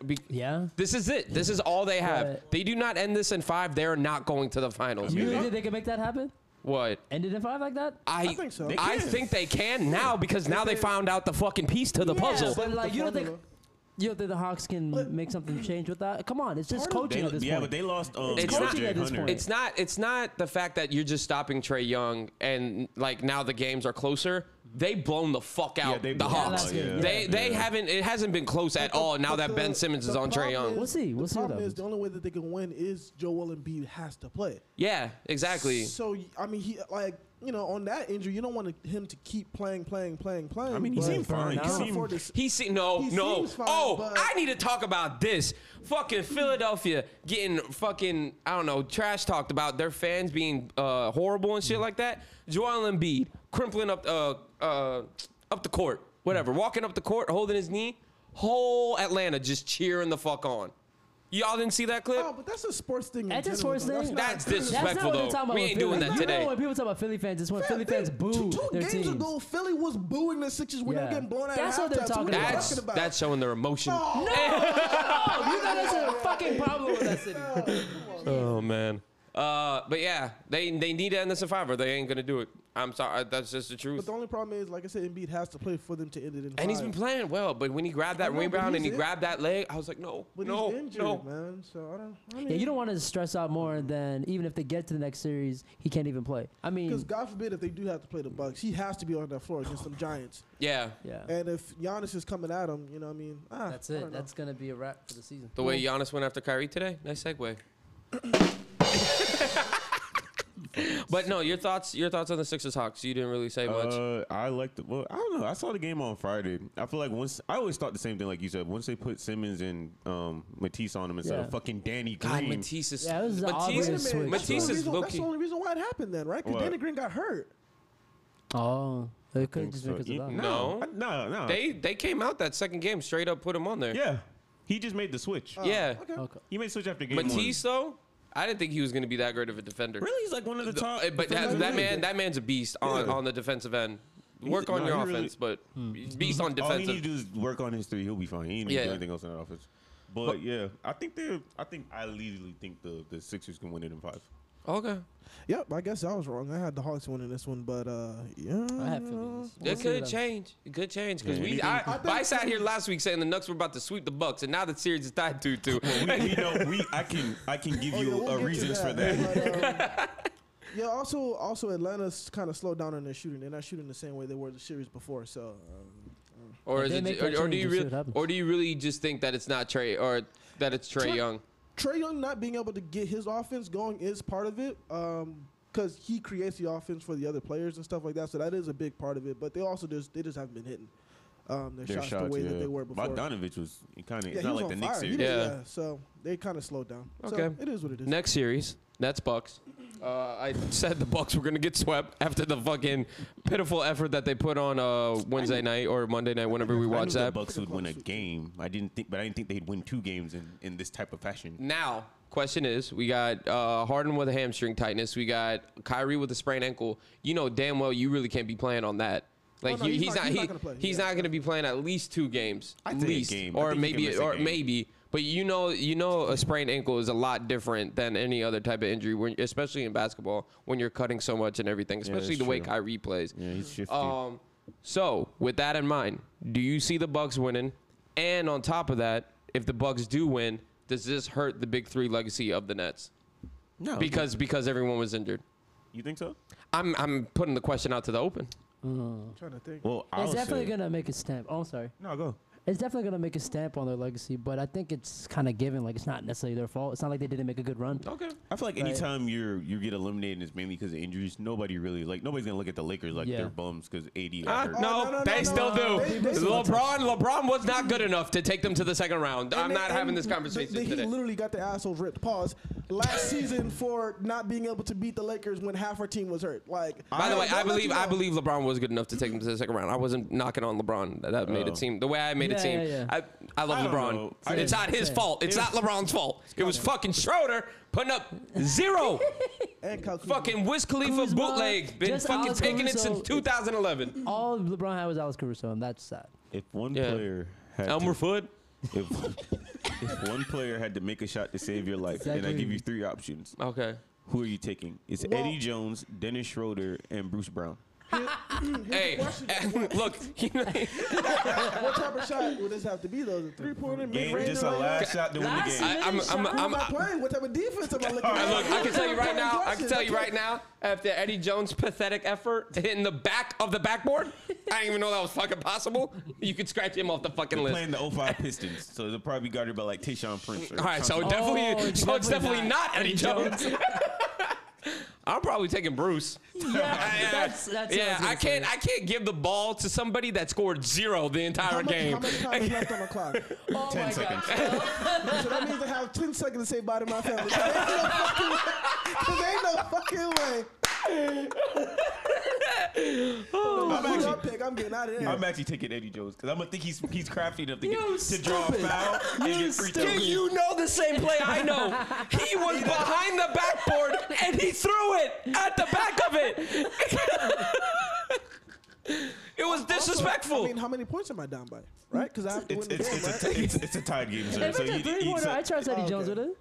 Be,
Yeah.
This is it. This is all they have.
Right.
They do not end this in five. They are not going to the finals.
You really think they can make that happen?
What?
End it in five like that?
I,
I think so. They
I
can.
think they can now because now they found out the fucking piece to the puzzle.
But like,
The
you don't think
formula.
you don't think the Hawks can make something change with that? Come on, it's just coaching at this
yeah,
point.
but they lost. Um,
It's
DeAndre
coaching
at this
Hunter.
point.
It's not. It's not the fact that you're just stopping Trey Young and like now the games are closer. They blown the fuck out
they
the
blew them
Hawks.
out, yeah.
They
Yeah.
they
Yeah.
haven't. It hasn't been close at
But the-
all. Oh, Now
but
that
the-
Ben Simmons
the
is on Trey
problem
Young.
We'll see, we'll
the
see what
problem is
happens.
the only way that they can win is Joel Embiid has to play.
Yeah, exactly.
So y- I mean, he like you know on that injury, you don't want him to keep playing, playing, playing, playing.
I mean, he
but
seemed fine.
you
He
can't
seemed-
afford this.
He see no
He
no.
seems fine,
oh,
but-
I need to talk about this. Fucking Philadelphia getting fucking I don't know trash talked about their fans being uh, horrible and shit like that. Joel Embiid crimpling up uh, uh, up the court, whatever, walking up the court, holding his knee. Whole Atlanta just cheering the fuck on. Y'all didn't see that clip?
Oh, but that's a sports thing. in
That's a
general,
sports
though.
thing?
not-
That's
not-
disrespectful.
That's not what
though.
they're talking about.
We
with
ain't doing
Philly.
that
You
today.
know when people talk about Philly fans, it's when Philly
They-
fans
two-
boo
two
their
games
teams.
ago, Philly was booing the Sixers when they were
Yeah.
getting blown out.
That's
at
what they're
halftime. So
talking
what are you
about.
That's
about.
that's showing their emotion.
Oh.
Oh, you know that's a fucking problem with that city.
Oh man. Uh, but yeah, they they need to end this in five, or they ain't gonna do it. I'm sorry, that's just the truth.
But the only problem is, like I said, Embiid has to play for them to end it in.
And he's been playing well, but when he grabbed that
know, but
rebound and
he's
he
in-
grabbed that leg, I was like, no,
But
no,
he's injured,
no.
man. So I don't. I mean,
Yeah, you don't want to stress out more than even if they get to the next series, he can't even play. I
Because
mean,
God forbid if they do have to play the Bucks, he has to be on that floor against them Giants.
Yeah,
yeah,
And if Giannis is coming at him, you know, what I mean, ah,
that's
I don't
it.
know.
That's gonna be a wrap for the season.
the way Giannis went after Kyrie today, nice segue.
[LAUGHS]
but no, your thoughts, your thoughts on the Sixers Hawks? You didn't really say much.
Uh, I like the. Well, I don't know. I saw the game on Friday. I feel like once I always thought the same thing. Like you said, once they put Simmons and um, Matisse on him instead
Yeah.
of fucking Danny
God,
Green.
Matisse is
Yeah, it was an odd way
Matisse,
to
Wait a minute,
switch,
that's
Matisse
the
is
only reason- That's
low-key.
the only reason why it happened then, right? Because
What?
Danny Green got hurt.
Oh, it could have just
So,
been because
you-
of that.
no,
No.
I- no, no.
They they came out that second game straight up, put him on there.
yeah, he just made the switch.
yeah.
Ah, Okay.
Okay.
He made the switch after game one.
Matisse though, I didn't think he was gonna be that great of a defender.
Really, he's like one of the top.
Uh, but that,
defenders
that
in the
man,
league.
that man's a beast on,
Yeah.
on the defensive end. Work
no,
on your
he really-
offense, but he's beast on
all he
defensive.
needs to do is work on his three. He'll be fine. He ain't need
Yeah.
to do anything else in that offense. But, yeah, I think they're. I think I literally think the the Sixers can win it in five.
okay,
Yep, I guess I was wrong. I had the Hawks winning this one, but uh, yeah.
I had feelings. We'll
it
see
could
what
change. It could change because
Yeah,
we.
anything-
I,
I
but I sat here last week saying the Nuggets were about to sweep the Bucks, and now the series is tied two two.
Well, we, we know we. I can. I can give
Oh,
you
yeah, we'll
uh,
get to
reasons for that.
but, um, [LAUGHS] yeah. Also, also Atlanta's kind of slowed down in their shooting. They're not shooting the same way they were the series before. So um,
Or
If
is
they
it?
make
Or,
that
or do
change,
you
we'll see what
really?
happens.
Or do you really just think that it's not Trey or that it's Trey
Trey-
Young?
Trey Young not being able to get his offense going is part of it. Um, because he creates the offense for the other players and stuff like that, so that is a big part of it. But they also just they just haven't been hitting um, their, shots, the way that they were before.
Bogdanovich was kind of.
Yeah,
it's
he
not
was
like
on
the
fire.
Knicks
He
series.
did-
Yeah.
so they kind of slowed down.
Okay.
So it is what it is.
Next series, Nets Bucks. Uh, I said the Bucks were gonna get swept after the fucking pitiful effort that they put on uh, Wednesday night or Monday night, whenever we
I
watch
knew
that.
the Bucks would win a game. I didn't think, but I didn't think they'd win two games in, in this type of fashion.
Now, question is, we got uh, Harden with a hamstring tightness. We got Kyrie with a sprained ankle. You know damn well you really can't be playing on that. Like
Oh, no,
he-
he's
he's,
not-
not,
he's
he-
not gonna play.
he's
Yeah.
not going to be playing at least two games,
I
at
think a
least,
game. I
or
think he can
maybe,
miss a
or
game.
maybe. But you know, you know, a sprained ankle is a lot different than any other type of injury, when, especially in basketball when you're cutting so much and everything, especially
that's
the way
true.
Kyrie plays.
Yeah, he's shifty.
Um, so with that in mind, do you see the Bucks winning? And on top of that, if the Bucks do win, does this hurt the big three legacy of the Nets?
no,
Because because everyone was injured.
you think so?
I'm I'm putting the question out to the open.
I'm trying to think.
Well, I
It's
would
definitely
say-
gonna make a stamp. Oh, I'm sorry.
No, go.
it's definitely gonna make a stamp on their legacy. But I think it's kind of given. Like it's not necessarily their fault. It's not like they didn't make a good run.
Okay.
I feel like
Right.
anytime you're you get eliminated, it's mainly because of injuries. Nobody really like nobody's gonna look at the Lakers like
Yeah.
they're bums because AD got
Ah, no,
hurt.
no, no, no,
they
no,
still
no.
do.
They- they still
LeBron, LeBron was not good enough to take them to the second round. I'm
And they-
not having
and
this
the-
conversation
the-
today.
He literally got the assholes ripped. Pause. Last season for not being able to beat the Lakers when half our team was hurt. Like,
By the way, I
Don't let
believe
you
I
know.
believe LeBron was good enough to take them to the second round. I wasn't knocking on LeBron. That, that made
Oh.
it seem the way I made
Yeah,
it seem.
yeah, yeah.
I, I love
I don't
LeBron.
know. I
it's
just-
not his fault. It's not LeBron's fault. It was fucking Schroeder putting up zero.
and Kyle Kuzma.
fucking Wiz Khalifa
Kuzma,
bootleg. Been
just
fucking
Alex
taking it
Caruso.
since 2011.
All LeBron had was Alex Caruso, and that's [LAUGHS] sad.
If one
Yeah.
player had
Elmer
to,
Fudd.
if, [LAUGHS] if one player had to make a shot to save your life, and I
Exactly.
give you three options,
Okay.
who are you taking? It's Eddie Jones, Dennis Schroeder, and Bruce Brown.
Hey, [LAUGHS] look. you know-
what type of shot would this have to be though? Is it Three pointer, mid
Game,
range.
just a last shot to win the
Last
game.
I, I'm, I'm,
Who am
I'm,
I
i
playing? What type of defense am I looking
right,
[LAUGHS]
at?
Look, I can tell you right now. I can
Questions.
tell you
can't-
right now. After Eddie Jones' pathetic effort in the back of the backboard, I didn't even know that was fucking possible. You could scratch him off the fucking
They're
list.
playing the 05 Pistons, so they'll probably be guarded by like Tayshawn Prince. Or
All right, so
something.
definitely,
Oh,
so
it's definitely
it's definitely
not
not, Eddie Jones. [LAUGHS] I'm probably taking Bruce. Yeah,
that's- that's what I
yeah.
was
I,
gonna
can't. I can't give the ball to somebody that scored zero the entire
How much,
game.
how much time is left on
[LAUGHS]
the clock?
10 seconds.
So that means I have 10 seconds to say bye to my family. There ain't no fucking way. There ain't no fucking way.
[LAUGHS]
I'm
Who do I
actually-
pick? I'm getting out of there.
I'm actually taking Eddie Jones because I'm gonna think he's he's crafty enough to,
You
get, to draw a
stupid.
foul and get free
Do
throws.
you know the same play I know? He was behind the backboard and he threw it at the back of it. [LAUGHS] it was disrespectful.
I mean, how many points am I down by? Right? Because I have to
It's,
win the
it's,
game,
it's,
right?
a, it's, it's a tied game, sir.
If
So
it's a
you,
three
you,
pointer, I
so,
trust Eddie
Oh,
Jones with
okay.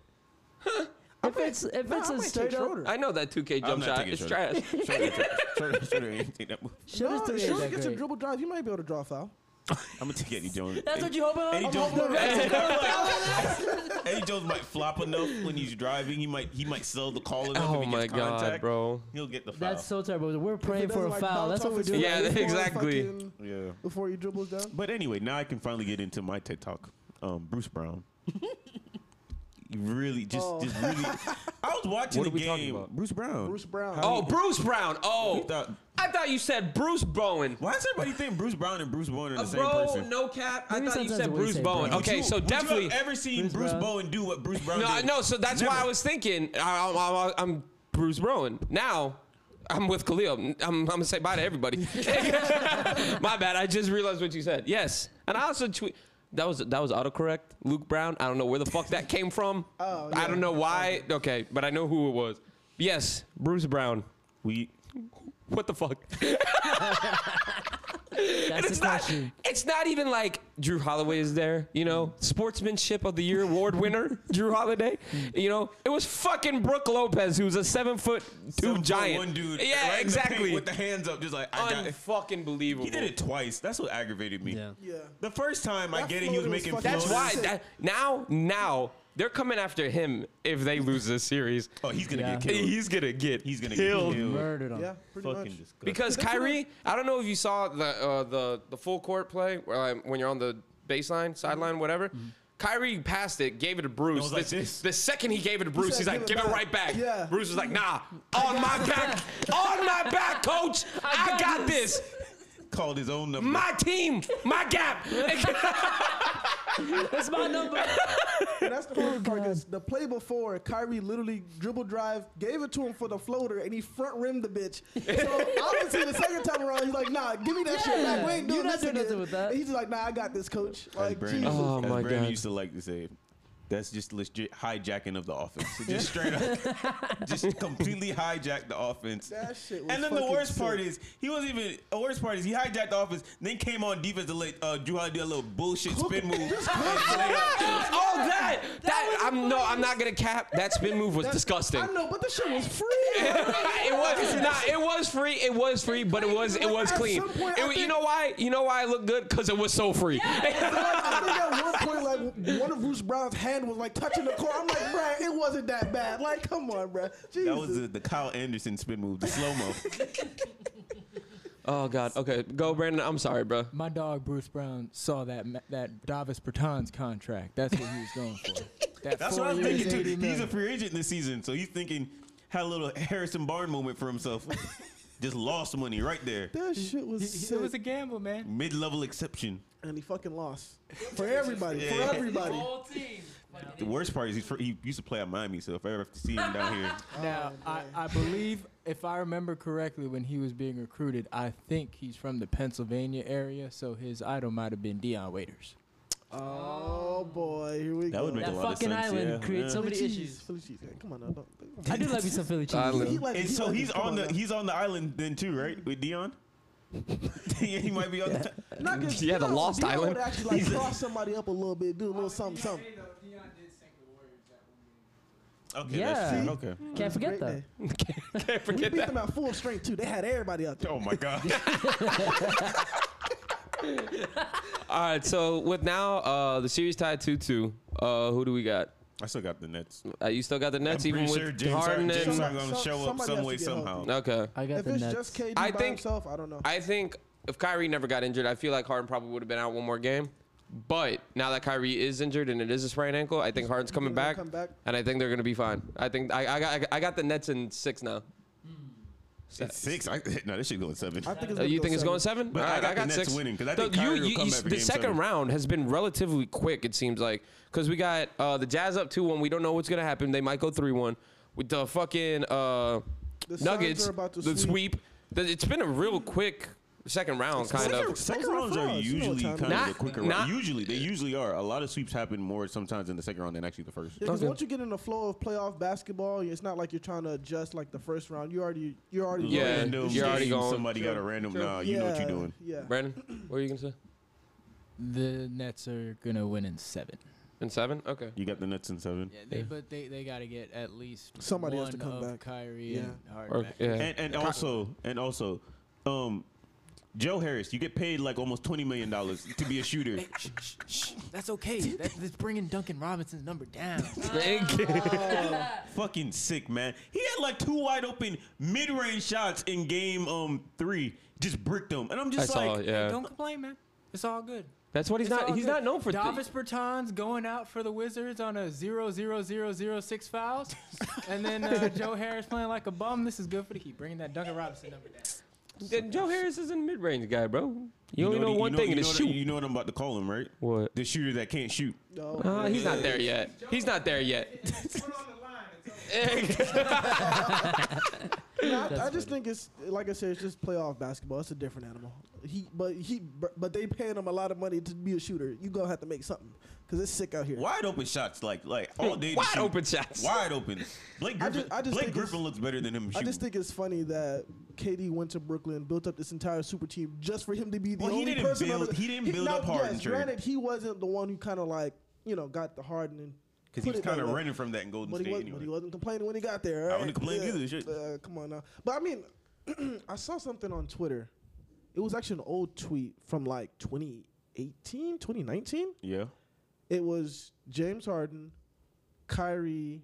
it. If it's if
Nah,
it's
I
a
might take
straight up,
Schroeder.
I know that 2K
I'm
jump
not
shot
taking
is
[LAUGHS] Schroeder.
trash.
Schroeder- Schroeder- Schroeder ain't take that move.
Schroeder's
No,
three
Schroeder
ain't that
gets a
great.
dribble drive. You might be able to draw a foul.
I'm gonna take Eddie Jones.
That's what
Eddie-
you hoping on.
Eddie Jones,
hoping-
Eddie, [LAUGHS] Jones- Eddie Jones might flop enough when he's driving. He might he might sell the call
[LAUGHS]
enough.
Oh
if he
my
gets
god,
contact.
bro.
He'll get the foul.
That's so terrible. We're praying
It
for a
doesn't, like,
foul.
bounce
That's what
off
we're
his
doing.
foot
Yeah,
before he
exactly.
fucking-
yeah.
Before he dribbles down.
But anyway, now I can finally get into my TED talk. Um, Bruce Brown. [LAUGHS] You really just just really. I was watching
What
the
are we talking
game.
about?
Bruce Brown.
Bruce Brown.
Oh, Bruce Brown.
You
Oh,
thought-
I thought you said Bruce Bowen. Uh,
why does everybody think Bruce Brown and Bruce Bowen are the same
bro,
person?
no cap. I
Maybe
thought you
sometimes
said
we
Bruce
say
Bowen.
Brown.
Okay, so
Would you have
definitely.
ever seen Bruce,
Brown.
Bowen do what Bruce Brown
No, I-
did?
no. So that's why I
Never.
was thinking. I, I, I, I'm Bruce Bowen now. I'm with Khalil. I'm, I'm gonna say bye to everybody. [LAUGHS] My bad. I just realized what you said. Yes, and I also tweet. That was that was autocorrect. Luke Brown. I don't know where the fuck that came from.
Oh,
I
yeah.
don't know why. Okay, but I know who it was. Yes, Bruce Brown.
We
What the fuck?
[LAUGHS]
That's
it's
the
not.
question.
It's not even like Drew Holloway is there. You know, Sportsmanship of the Year award winner [LAUGHS] Drew Holiday. You know, it was fucking Brooke Lopez, who's a seven foot two
Some
giant.
One dude. right in
Yeah,
the paint
exactly.
With the [LAUGHS] hands up, just like I got. it.
Unfucking believable.
He did it twice. That's what aggravated me.
Yeah.
Yeah.
The first time I
That
get it, he was
floater was
making.
fucking-
That's
floaters.
why. That, now, now they're coming after him if they lose this series.
Oh, he's gonna
Yeah.
get killed.
He's gonna get.
He's gonna
killed.
get killed.
Murdered him.
Yeah, pretty
Fucking
much.
disgusting.
Because Kyrie, I don't know if you saw the uh, the the full court play where like, when you're on the baseline, sideline, whatever. Kyrie passed it, gave Mm-hmm. it to Bruce.
was like
The-
this.
The second he gave it to Bruce,
said,
he's like, "Give it right back."
Yeah.
Bruce was like, [LAUGHS] "Nah, on my back, on my back, coach. I,
got
got this.
Called his own number.
My team, my [LAUGHS] gap."
That's my number.
And [LAUGHS]
Oh,
that's the hard part because the play before, Kyrie literally dribble drive, gave it to him for the floater, and he front rimmed
[LAUGHS]
the bitch. So obviously the second time around, he's like, "Nah, give me that shit back. We ain't
You're
doing
not
this
doing
again."
nothing with that.
And he's just like, "Nah, I got this, coach."
As
Like,
Brandon,
Jesus.
Oh
as
my
Brandon
God.
used to like to say, that's just legit hijacking of the offense. So just straight up,
[LAUGHS]
just completely hijack the offense.
That shit was
and then the
fucking
worst part
sick.
is he wasn't even. The worst part is he hijacked the offense, then came on defense to let uh, Drew Holiday do a little bullshit spin move. [LAUGHS]
oh, that that, I'm no, I'm not gonna cap. That spin move was disgusting.
I know, but the shit was free.
it was not. It was free. It was free, but it was it was
At
clean.
some point, I
It- you
think-
know why? You know why it looked good? Cause it was so free.
I think at one point, like one of Bruce Brown's hand was like touching the court. I'm like, "Bruh, it wasn't that bad." Like, come on, bruh. Jesus. [LAUGHS]
That was the, the Kyle Anderson spin move, the slow mo.
[LAUGHS] Oh God. Okay, go, Brandon. I'm sorry, bro.
My dog Bruce Brown saw that ma- that Davis Bertans contract. That's what he was going for. That
That's
four
what I was
years,
thinking
80
too. He's a
million.
free agent this season, so he's thinking had a little Harrison Barn moment for
[LAUGHS]
himself. Just lost money right there.
That shit was
He- he-
sick.
it was a gamble, man.
Mid-level exception.
and he fucking lost for everybody. For
Yeah.
[LAUGHS]
everybody.
The worst part is he's fr- he used to play at Miami, so if I ever have to see him down
[LAUGHS]
here,
Now, I, I believe, if I remember correctly, when he was being recruited, I think he's from the Pennsylvania area, so his idol might have been Dion Waiters.
Oh boy, here we
That
go.
would make
That
a lot of
fucking
sense,
island
yeah,
creates
yeah.
so many
Philly cheese,
issues.
Philly cheese. Hey, Come on now, don't. don't-
I do like me some Philly cheese.
Island.
He like-
And
he
so
like
he's
this. Come
on the
now.
he's on the island then too, right? With Dion. [LAUGHS] yeah, he might be on. The,
Not 'cause
Yeah, the
Dion-
Lost
Dion
Island.
Would actually like cross somebody up a little bit, do a little something, something.
okay,
Yeah.
that's true. Okay.
Can't forget
Great
that.
day. We beat them at full strength too. They had everybody out there.
Oh my
[LAUGHS]
God.
All right. So with now uh, the series tied two two. Uh, who do we got?
I still got the Nets.
Uh, you still got the Nets,
I'm
even
pretty
with
sure James
Harden.
Harden,
and-
James
Some-
Harden gonna
some-
show up
somebody
some
has
way
to get
somehow.
healthy.
okay.
I got
If
the
it's
Nets.
just KD
I
by
think-
himself, I don't know.
I think if Kyrie never got injured, I feel like Harden probably would have been out one more game. But now that Kyrie is injured and it is a sprained ankle, I think Harden's coming
He's gonna
back,
come back.
and I think they're gonna be fine. I think I, I got I got the Nets in six now.
It's six. I, [LAUGHS] no, this should go in seven.
I think it's
Uh,
gonna
you
go
think it's
seven.
going seven?
But I
Alright,
got the Nets winning, 'cause I think
The-
Kyrie will come back for
the
game
second
seven.
round has been relatively quick. It seems like because we got uh, the Jazz up two one. We don't know what's gonna happen. They might go three one with the fucking uh,
The Suns
Nuggets.
are about to
the
sweep.
sweep. The- It's been a real quick second round, kind
second,
of.
second
Those are
rounds are
frauds. You know
usually
what time
kind
it
of
is.
the quicker
Not-
round. Usually, they usually are. A lot of sweeps happen more sometimes in the second round than actually the first.
Yeah, 'cause
Okay.
once you get in the flow of playoff basketball, it's not like you're trying to adjust like the first round. You already, you already.
Yeah,
going.
Random
you're already
game,
going.
Somebody got a random. Nah, you know what you're
Yeah,
doing.
Yeah.
Brandon, what are you gonna say?
The Nets are gonna win in seven.
In seven? Okay.
You got the Nets in seven.
Yeah, they, but they, they gotta get at least
Somebody has
one
to come
of
back.
Kyrie
Yeah.
and Harden.
Or,
back. [LAUGHS]
yeah.
And, and also, and also, um, Joe Harris, you get paid like almost twenty million dollars to be a shooter.
Shh, shh, shh. That's
[LAUGHS]
okay. That, that's bringing Duncan Robinson's number down.
Fucking sick, man. He had like two wide open mid-range shots in game um three, just bricked them, and I'm
I
just
saw.
like,
Yeah.
Don't complain, man. It's all good.
That's what he's
It's
not.
all
He's
good.
not known for. th-
Davis Bertans going out for the Wizards on a zero zero zero zero
[LAUGHS]
six fouls, and then uh, Joe Harris playing like a bum. This is good for the Heat, bringing that Duncan Robinson number down.
Then Joe Harris is a mid-range guy, bro. You, only know,
the-
one thing,
you
and
know
it's
the-
shoot.
You know what I'm about to call him, right?
what?
The shooter that can't shoot.
No.
Uh, he's not there yet. He's not there yet.
No, I, I just think it's like I said, it's just playoff basketball. It's a different animal. He, but he, but they paying him a lot of money to be a shooter. You gonna have to make something because it's sick out here.
Wide open shots, like like
[LAUGHS]
all day. to
Wide
shoot.
open shots.
Wide open. Blake
I
Griffin.
just- I
Blake
just think it's-
Griffin looks better than him.
I
Shooting.
just think it's funny that KD went to Brooklyn, built up this entire super team just for him to be the
Well, he
only
didn't
person.
build-
on the,
he didn't build up Harden,
Yes,
Trey.
granted, he wasn't the one who kind of like you know got the Harden and
because he
put
was
it that
kind of
way.
running from that in Golden
But he,
State
was,
anyway.
but he wasn't complaining when he got there. all
I wouldn't
right?
complain either, shit.
Uh, come on now. But I mean, [CLEARS THROAT] I saw something on Twitter. It was actually an old tweet from like 2018, 2019.
yeah.
It was James Harden, Kyrie,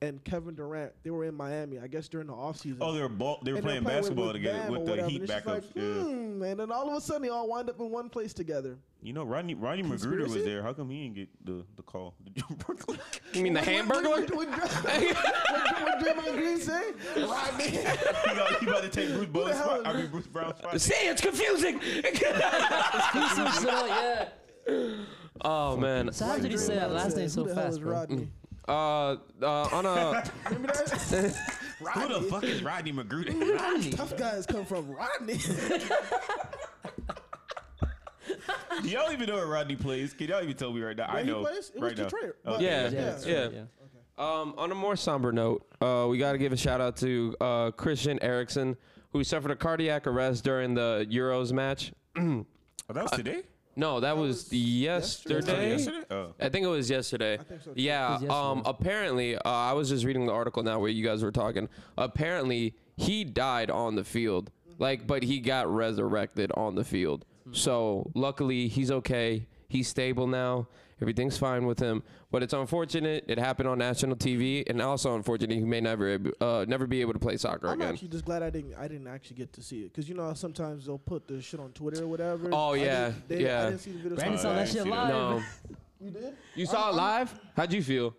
and Kevin Durant. They were in Miami, I guess, during the offseason.
Oh, they were ball, they were
And they're
playing, basketball
with, with
together
Bam
with
or
the
whatever.
Heat
And it's just
backups.
Like,
yeah.
hmm, and then all of a sudden, they all wind up in one place together.
You know, Rodney Rodney Magruder was
Conspiracy?
there. How come he didn't get the the call? [LAUGHS] Brooklyn.
You
[LAUGHS]
mean the hamburger?
What, [LAUGHS] what, what, what Draymond Green say? Rodney.
he, got, he about to take Bruce Brown's
hell
spot. I mean Bruce Brown's spot.
See, it's confusing. [LAUGHS] Oh man.
So how did you say that last name so
Who the hell
fast,
is
bro? Mm.
Rodney?
Uh, uh, on a
Remember that?
[LAUGHS]
Who the fuck is Rodney Magruder?
Tough guys come from
[LAUGHS]
Rodney.
[LAUGHS] Do y'all even know where Rodney plays? Can y'all even tell me right now? I
Where he
know.
plays? It was
right now.
Detroit,
Oh,
but-
yeah,
Yeah,
yeah.
that's
right, yeah.
Um, on a more somber note, uh, we got to give a shout out to uh, Christian Erickson, who suffered a cardiac arrest during the Euros match. [CLEARS THROAT]
Oh, that was
Uh,
today.
No, that, was, yesterday.
yesterday? Oh.
I think it was yesterday. Yeah.
It was
Um.
yesterday.
Apparently, uh, I was just reading the article now where you guys were talking. Apparently, he died on the field.
Hmm.
Like, but he got resurrected on the field. So luckily, he's okay. He's stable now. Everything's fine with him. But it's unfortunate it happened on national TV, and also unfortunate he may never uh, never be able to play soccer
I'm
again.
actually just glad I didn't I didn't actually get to see it because you know how sometimes they'll put the shit on Twitter or whatever.
Oh,
I
yeah,
didn't- they-
yeah.
I didn't see the video.
Brandon
Oh,
saw
yeah, I
that
didn't
shit
see
live.
that.
No,
You did?
Um, you saw it live. How'd you feel?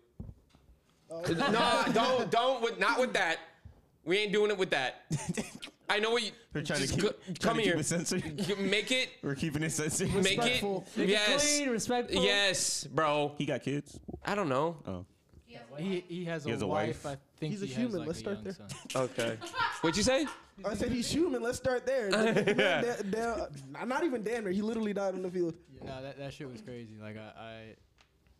Oh.
no, don't don't with not with that. We ain't doing it with that. I know what you.
We're trying to
just
keep,
go-
trying
come
to keep
here. [LAUGHS]
it censored.
You Make it.
We're keeping it censored.
Make it.
Respectful. Make it
Yes.
clean, respectful.
Yes, bro.
He got kids.
I don't know.
Oh,
He, he has a,
has a
wife.
wife.
I think
He's a
he
human.
Has, like,
Let's
a
start
young
there.
son.
Okay. What'd you say?
I said he's human. Let's
[LAUGHS]
start there. yeah. not even damn near. He literally died on the field.
No, that, that shit was crazy. Like I,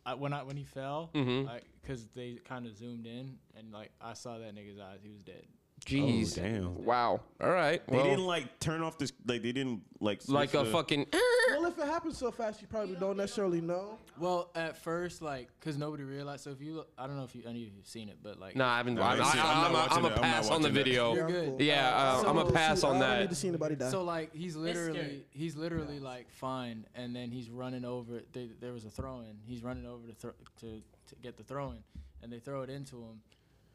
I, I when I when he fell, because they kind of zoomed in and like I saw that nigga's eyes. He was dead.
Jeez.
Oh, damn.
Wow. All right.
They
Well,
didn't like turn off this. Like they didn't like switch
like a
the- [LAUGHS]
fucking.
Well, if it happens so fast, you probably don't necessarily know.
Well, at first, like, cause nobody realized. So if you, look- I don't know if you any of you've seen it, but like,
No, I haven't.
No, I
I'm,
ain't seen it. I'm
I'm,
not
I'm, I'm
watching
a
that. I'm
pass
not
on the
watching that.
video.
You're good.
cool.
Yeah, uh, I'm a
Oh, So,
pass
shoot,
on
I don't
that.
need to see anybody die.
So like he's literally
scary.
he's literally like fine, and then he's running over. They, there was a throw in. He's running over to thro- to to get the throw in, and they throw it into him,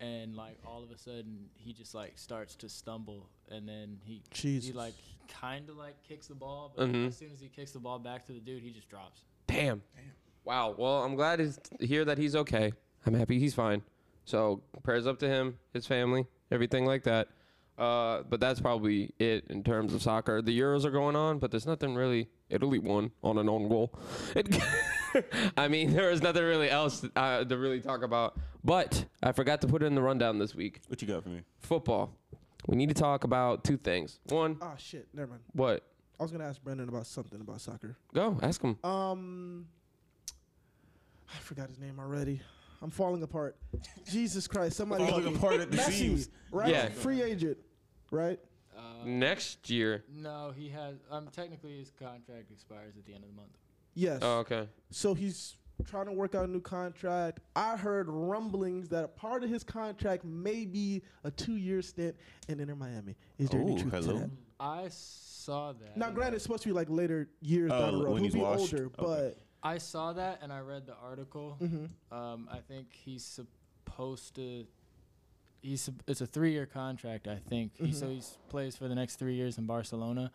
and like all of a sudden he just like starts to stumble, and then he he
Jesus.
like kind of like kicks the ball, but
Mhm.
as soon as he kicks the ball back to the dude, he just drops.
Damn. Wow. Well, I'm glad to hear that he's okay. I'm happy he's fine. So prayers up to him, his family, everything like that. Uh, but that's probably it in terms of soccer. The Euros are going on, but there's nothing really. Italy won on an own goal. [LAUGHS] It- I mean, there was nothing really else uh, to really talk about. But I forgot to put it in the rundown this week.
What you got for me?
Football. We need to talk about two things. One,
Ah, shit. Never mind.
what?
I was gonna ask Brendan about something about soccer.
Go ask him.
Um, I forgot his name already. I'm falling apart. Jesus Christ! Somebody help
Falling
me.
apart at the
Messi,
seams.
right?
Yeah.
Free agent, right?
Next year.
No, he has. Um, technically his contract expires at the end of the month.
Yes.
Oh, okay.
So he's trying to work out a new contract. I heard rumblings that a part of his contract may be a two-year stint and enter Miami. Is there
Oh,
any
Ooh,
truth
hello?
to that?
I saw that.
Now, granted, it's supposed to be like later years
Oh,
down the road.
when
He'll
he's
be
washed?
older,
Okay.
but
I saw that and I read the article. Um, I think he's supposed to. He's sup- it's a three-year contract, I think. He, so he s- plays for the next three years in Barcelona,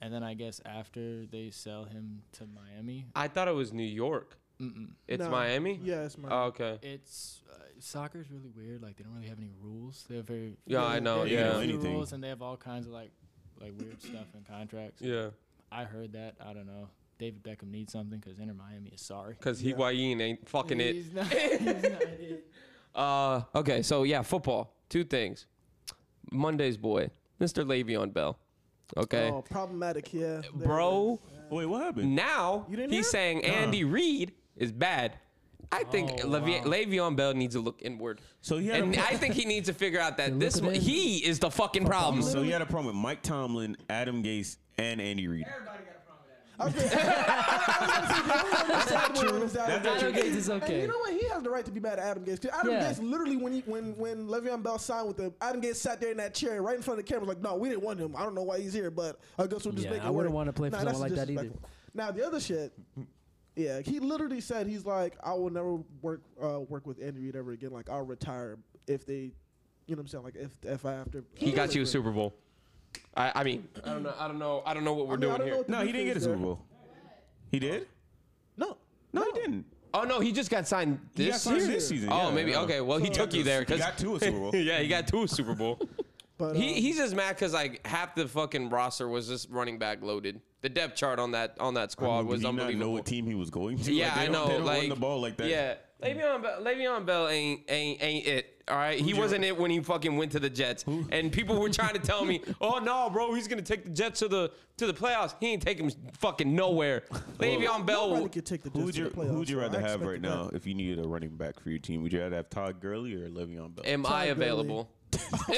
and then I guess after they sell him to Miami,
I thought it was New York.
Mm-mm.
It's
No.
Miami.
yeah, it's Miami.
Oh, okay.
it's uh, soccer's really weird. Like they don't really have any rules. They have very
Yeah, I know,
they have
yeah.
very few
Anything.
rules, and they have all kinds of like like weird stuff in contracts.
Yeah,
I heard that. I don't know. David Beckham needs something because Inter Miami is sorry.
because Higuain ain't fucking it.
He's not- he's not it.
Uh, okay, so yeah, football. Two things. Monday's boy, Mr. Le'Veon Bell. Okay,
Oh, problematic. Yeah, There it
bro.
Wait, what happened?
Now
You didn't hear?
he's saying Andy Reid is bad. I think
Oh,
Le'Veon,
wow.
Le'Veon Bell needs to look inward,
So he had
and
a pro-
I think he needs to figure out that this
look at
one,
him.
he is the fucking problem.
so he had a problem with Mike Tomlin, Adam Gase, and Andy Reid.
[LAUGHS] is. Sad one is Adam
That's
Gates.
Adam Gates is
And
okay.
you know what? He has the right to be mad at Adam Gates. 'cause Adam
Yeah.
Gates literally, when he, when when Le'Veon Bell signed with him, Adam Gates sat there in that chair right in front of the camera, like, "No, we didn't want him. I don't know why he's here, but I guess we'll just
Yeah,
make it
I wouldn't
work."
wanna play for
Nah, that's
someone like that either.
disrespectful. Now the other shit, yeah, he literally said he's like, "I will never work uh, work with Andy Reid ever again. Like, I'll retire if they." You know what I'm saying? Like if if I have to,
He got you a Super Bowl. I, I mean, I don't know. I don't know. I don't know what we're
mean, I
doing
don't know
here.
what the
No, he didn't
difference
get a
there.
Super Bowl. He did?
No,
No, he didn't.
Oh no, he just got signed
He
this
got signed
year.
this season.
Oh,
yeah,
maybe.
yeah.
Okay, well, he took you there
He
because
got two a Super
[LAUGHS]
Bowl.
yeah, he got two Super
[LAUGHS]
Bowl.
but
he
um,
he's just mad because like half the fucking roster was just running back loaded. The depth chart on that on that
I
squad
mean, did
was
he
unbelievable.
Not know what team he was going to.
Yeah,
Like, they
I
don't-
know.
They don't
like
run the ball like that.
Yeah, Le'Veon Bell, Le'Veon Bell ain't ain't ain't it. All right, he
your-
wasn't it when he fucking went to the Jets, and people were trying to tell
[LAUGHS]
me, "Oh no, bro, he's gonna take the Jets to the to the playoffs. He ain't taking them fucking nowhere." Le'Veon
nobody
Bell,
could take the
Who
Jets
would
to
you
the playoffs.
Who would you
so I
rather have
expected
right
that.
now if you needed a running back for your team? Would you rather have Todd Gurley or Le'Veon Bell?
Am I
Todd Gurley. [LAUGHS]
available? [LAUGHS]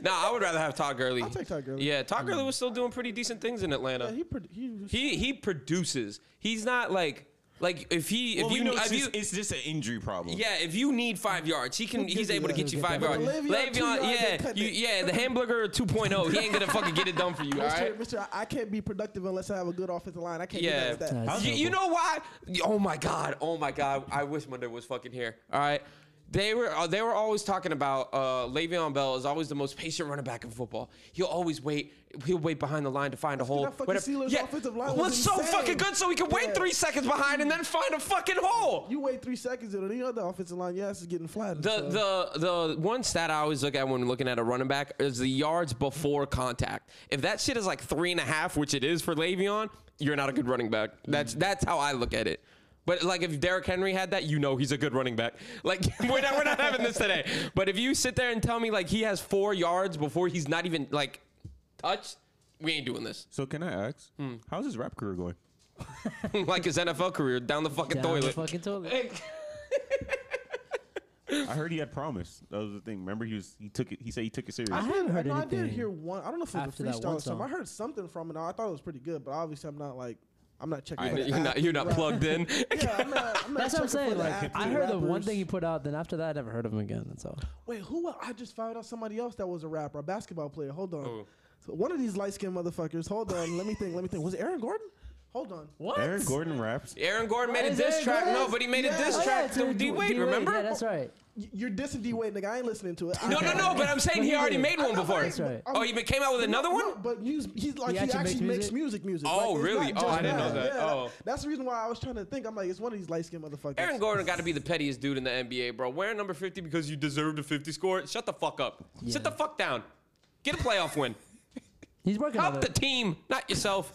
nah, I would rather have Todd Gurley. I'll
take Todd Gurley. Mm.
Yeah, Todd Gurley was still doing pretty decent things in Atlanta.
Yeah, he, pred- he was-
he he produces. He's not like Like if he if
Well, we
you
know
if
it's,
you
just, it's just an injury problem.
yeah, if you need five yards, he can. He's
you
able to
that.
get you
He'll
five
that.
yards.
But Le'Veon, two yards, he'll
yeah,
cut
you,
it.
yeah, the hamburger 2.0. He ain't gonna fucking get it done
[LAUGHS]
for you. All right.
Mister, Mister, I can't be productive unless I have a good offensive line. I can't
Yeah.
do that. with that.
Nice.
You, you know why? Oh my god! Oh my god! I wish Munder was fucking here. All right. They were uh, they were always talking about uh, Le'Veon Bell is always the most patient running back in football. He'll always wait. He'll wait behind the line to find a hole.
that fucking
whatever.
Steelers offensive line was
was so
insane.
fucking good, so he could wait
Yeah.
three seconds behind and then find a fucking hole.
You wait three seconds, and any other offensive line, your ass is getting flattened. so.
The the the one stat I always look at when looking at a running back is the yards before contact. If that shit is like three and a half, which it is for Le'Veon, you're not a good running back. That's that's how I look at it. But like if Derrick Henry had that, you know he's a good running back. Like [LAUGHS] we're not we're not having this today. But if you sit there and tell me like he has four yards before he's not even like touched, we ain't doing this. [LAUGHS]
So can I ask,
Hmm.
how's his rap career going?
like his NFL career down the fucking
Down the
toilet.
fucking toilet.
I heard he had promise. That was the thing. Remember, he was he took it. He said he took it serious.
I
haven't
did-
heard
no, I did
anything
hear one. I don't know if it was
after
a
that
freestyle
one
or something. I
song.
heard something from it. I thought it was pretty good, but obviously I'm not like I'm not checking.
I-
for
[LAUGHS]
the
you're not you're not
app-
plugged in.
Yeah, I'm not, I'm not
That's what I'm
checking for
saying.
the
Like,
app
I
for
heard the one
rappers.
thing he put out, then after that, I never heard of him again. That's all.
Wait, who? el- I just found out somebody else that was a rapper, a basketball player. Hold on. So one of these light skinned motherfuckers. Hold on. let me think. Let me think. Was it Aaron Gordon? Hold on.
What?
Aaron Gordon raps.
Aaron Gordon made a
Is
diss
Aaron
track. No,
Gordon-
but he made a
Yeah.
diss
Oh, yeah,
track
it's
to D Wade. Remember?
Yeah, that's right.
Y- You're dissing D Wade, nigga. I ain't listening to it. I-
No, no, no. But I'm saying he
he
already
did.
made one before.
That's right.
Oh, he ma- came out with another one.
No, but mus- he's like he, actually, makes, music, music.
Oh,
Like, it's
really?
not
Oh,
just
I didn't know
rap.
that.
Yeah,
Oh.
that's the reason why I was trying to think. I'm like, it's one of these light skinned motherfuckers.
Aaron Gordon got to be the pettiest dude in the NBA, bro. Wearing number 50 because you deserved a 50 score. Shut the fuck up. Sit the fuck down. Get a
[LAUGHS]
playoff win.
He's working on
Help the
it.
team,
[LAUGHS]
not yourself.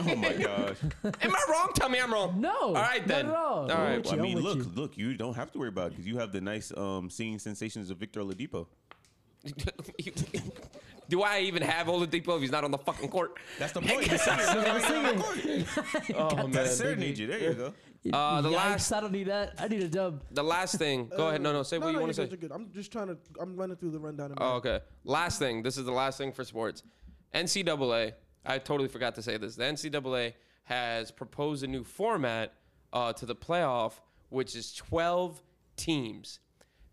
Oh my gosh.
Am I wrong? Tell me I'm wrong.
No,
All right
not
then.
at all.
All
I'm
right.
with
Well, I
you, I'm
mean,
with
look,
you.
look. You don't have to worry about it because you have the nice um singing sensations of Victor Oladipo.
[LAUGHS] Do I even have Oladipo if he's not on the fucking court?
That's the point. That's it.
Oh
That's serenade you. There you go.
Uh, the
Yikes,
last,
I don't need that. I need a dub.
the last thing. Go ahead. No, no. Say
No,
what
no,
you want
you're
to say.
good, you're good. I'm just trying to. I'm running through the rundown. in my
Oh, okay. Last thing. This is the last thing for sports. NCAA. I totally forgot to say this. The NCAA has proposed a new format uh, to the playoff, which is 12 teams.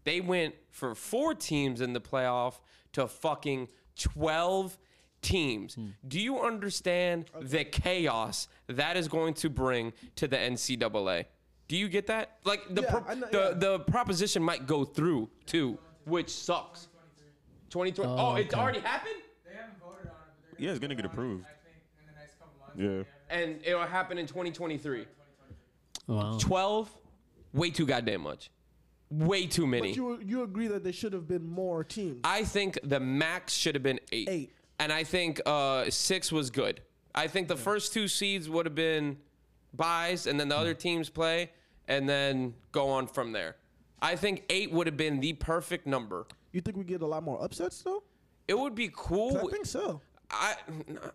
They went for four teams in the playoff to fucking 12 teams. Do you understand the chaos that is going to bring to the NCAA? Do you get that? Like the
Yeah,
pro-
I know-
the,
yeah.
the proposition might go through too, which sucks. 2020. Oh,
Oh,
it's
okay.
already happened?
Yeah, it's gonna get approved. Yeah.
And it'll happen in 2023.
Wow.
12? Way too goddamn much. Way too many.
But you you agree that there should have been more teams.
I think the max should have been eight.
Eight.
And I think uh, six was good. I think the first two seeds would have been buys, and then the
Mm.
other teams play, and then go on from there. I think eight would have been the perfect number.
You think we get a lot more upsets though?
It would be
'Cause
cool.
I think so.
I,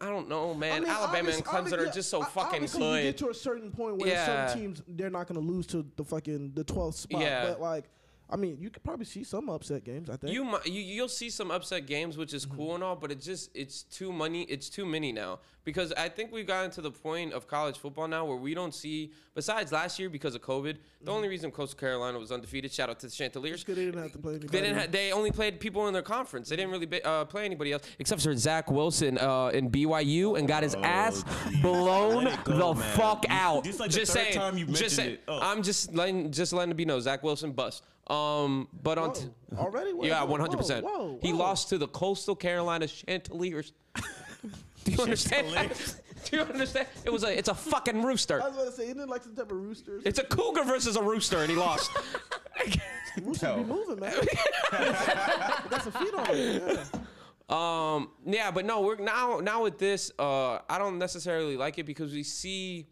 I don't know, man.
I mean,
Alabama
obvious-
and Clemson
obvi-
are just so
yeah,
fucking
obviously
good.
You get to a certain point where
Yeah.
some teams they're not going to lose to the fucking the 12th spot.
Yeah.
But like, I mean, you could probably see some upset games. I think.
You mi- you you'll see some upset games, which is cool and all, but it just it's too many it's too many now because I think we've gotten to the point of college football now where we don't see besides last year because of COVID.
Mm-hmm.
The only reason Coastal Carolina was undefeated, shout out to the Chanticleers.
They didn't have to play
They didn't. Ha- they only played people in their conference. They didn't really ba- uh, play anybody else except for Zach Wilson uh, in BYU and got his ass
jeez.
blown
Oh, Let it go,
the
man.
fuck
You-
out.
this is like the
just
third
saying.
time you
just
mentioned
saying.
it. Oh.
I'm just letting just letting it be known. Zach Wilson bust. Um, but on. t-
Whoa, Oh, already? Whoa,
yeah,
whoa,
one hundred percent.
whoa, whoa,
He
whoa.
lost to the Coastal Carolina Chanticleers. [LAUGHS] Do you understand?
Chanticleers.
[LAUGHS] Do you understand? It was a. It's a fucking rooster.
I was about to say, isn't it like some type of rooster?
It's a cougar versus a rooster, and he lost.
Roosters [LAUGHS] be
[LAUGHS]
moving, man. That's a feed on it. Yeah.
Um, yeah, but no, we're now now with this. Uh, I don't necessarily like it because we see,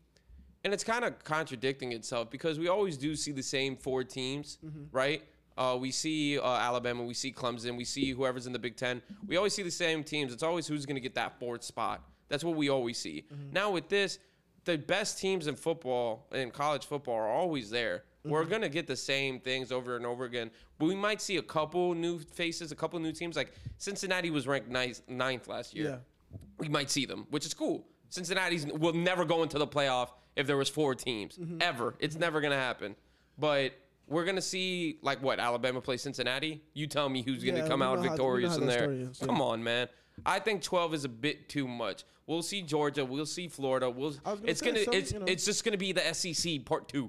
and it's kind of contradicting itself because we always do see the same four teams, right? Uh, we see uh, Alabama, we see Clemson, we see whoever's in the Big Ten. We always see the same teams. It's always who's going to get that fourth spot. That's what we always see. Now with this, the best teams in football in college football are always there. We're gonna get the same things over and over again. But we might see a couple new faces, a couple new teams. Like Cincinnati was ranked ninth, ninth last year.
Yeah.
We might see them, which is cool. Cincinnati's will never go into the playoff. It if there was four teams
Mm-hmm.
ever. It's never gonna happen. But we're gonna see like what Alabama play Cincinnati. You tell me who's gonna
Yeah,
come
we
out
know how- we know
victorious
how
in
that
there.
story ends, yeah.
Come on, man. I think 12 is a bit too much. We'll see Georgia. We'll see Florida. We'll.
I was gonna
it's
say,
gonna.
some,
it's
you know-
it's just gonna be the SEC part two.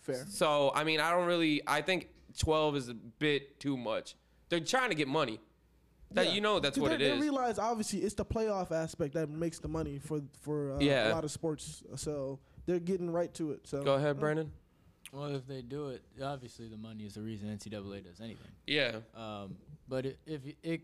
Fair.
So I mean, I don't really. I think twelve is a bit too much. They're trying to get money. That
Yeah.
you know, that's
They-
what it
they
is.
realize obviously it's the playoff aspect that makes the money for for uh,
Yeah.
a lot of sports, so they're getting right to it. So
Go ahead, Brandon.
Well, if they do it, obviously the money is the reason NCAA does anything.
Yeah,
Um, but it, if y- it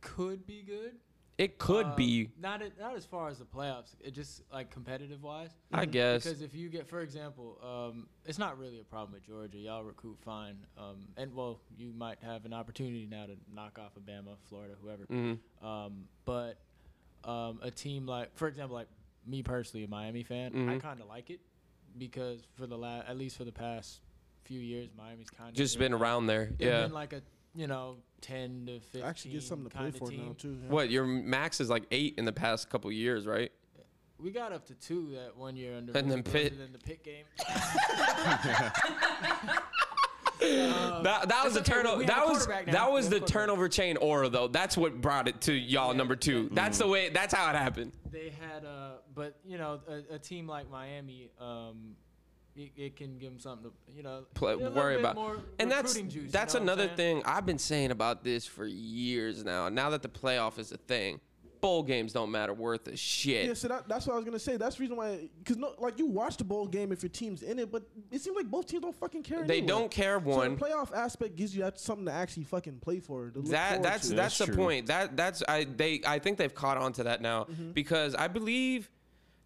could be good,
it could
um,
be.
not a- not as far as the playoffs. It just like competitive wise.
I guess.
Um, Because if you get, for example, um, it's not really a problem with Georgia. Y'all recruit fine, um, and well, you might have an opportunity now to knock off Alabama, Florida, whoever.
Mm-hmm.
Um, but um, a team like, for example, like me personally, a Miami fan, I
Mm-hmm.
kind of like it because for the la- at least for the past few years, Miami's kind of
Just been around there. Yeah.
been like a you know ten to fifteen.
I actually get something to play
kinda
for
team.
now too. yeah.
what your max is like eight in the past couple years, right?
We got up to two that one year under
And then
Georgia
Pitt.
than the pit game.
that that was the
Um, okay, we-
turnover.
we have
That
a
was
quarterback now.
that
We
was
have a
the
quarterback.
turnover chain aura though. That's what brought it to y'all number two. That's the way. That's how it happened.
They had uh, but you know, a, a team like Miami, um, it, it can give them something to you know
play,
a little
worry
bit
about.
more
And that's
recruiting juice, you
that's
know what I'm
another
saying?
thing I've been saying about this for years now. Now that the playoff is a thing, bowl games don't matter worth a shit.
Yeah, so that, that's what I was gonna say. That's the reason why, because no, like you watch the bowl game if your team's in it, but it seems like both teams don't fucking care.
They
anyway.
don't care,
So
one.
the playoff aspect gives you that something to actually fucking play for. to look
that
forward
that's
to.
that's,
That's
the
true.
point. That that's I they I think they've caught on to that now
Mm-hmm.
because I believe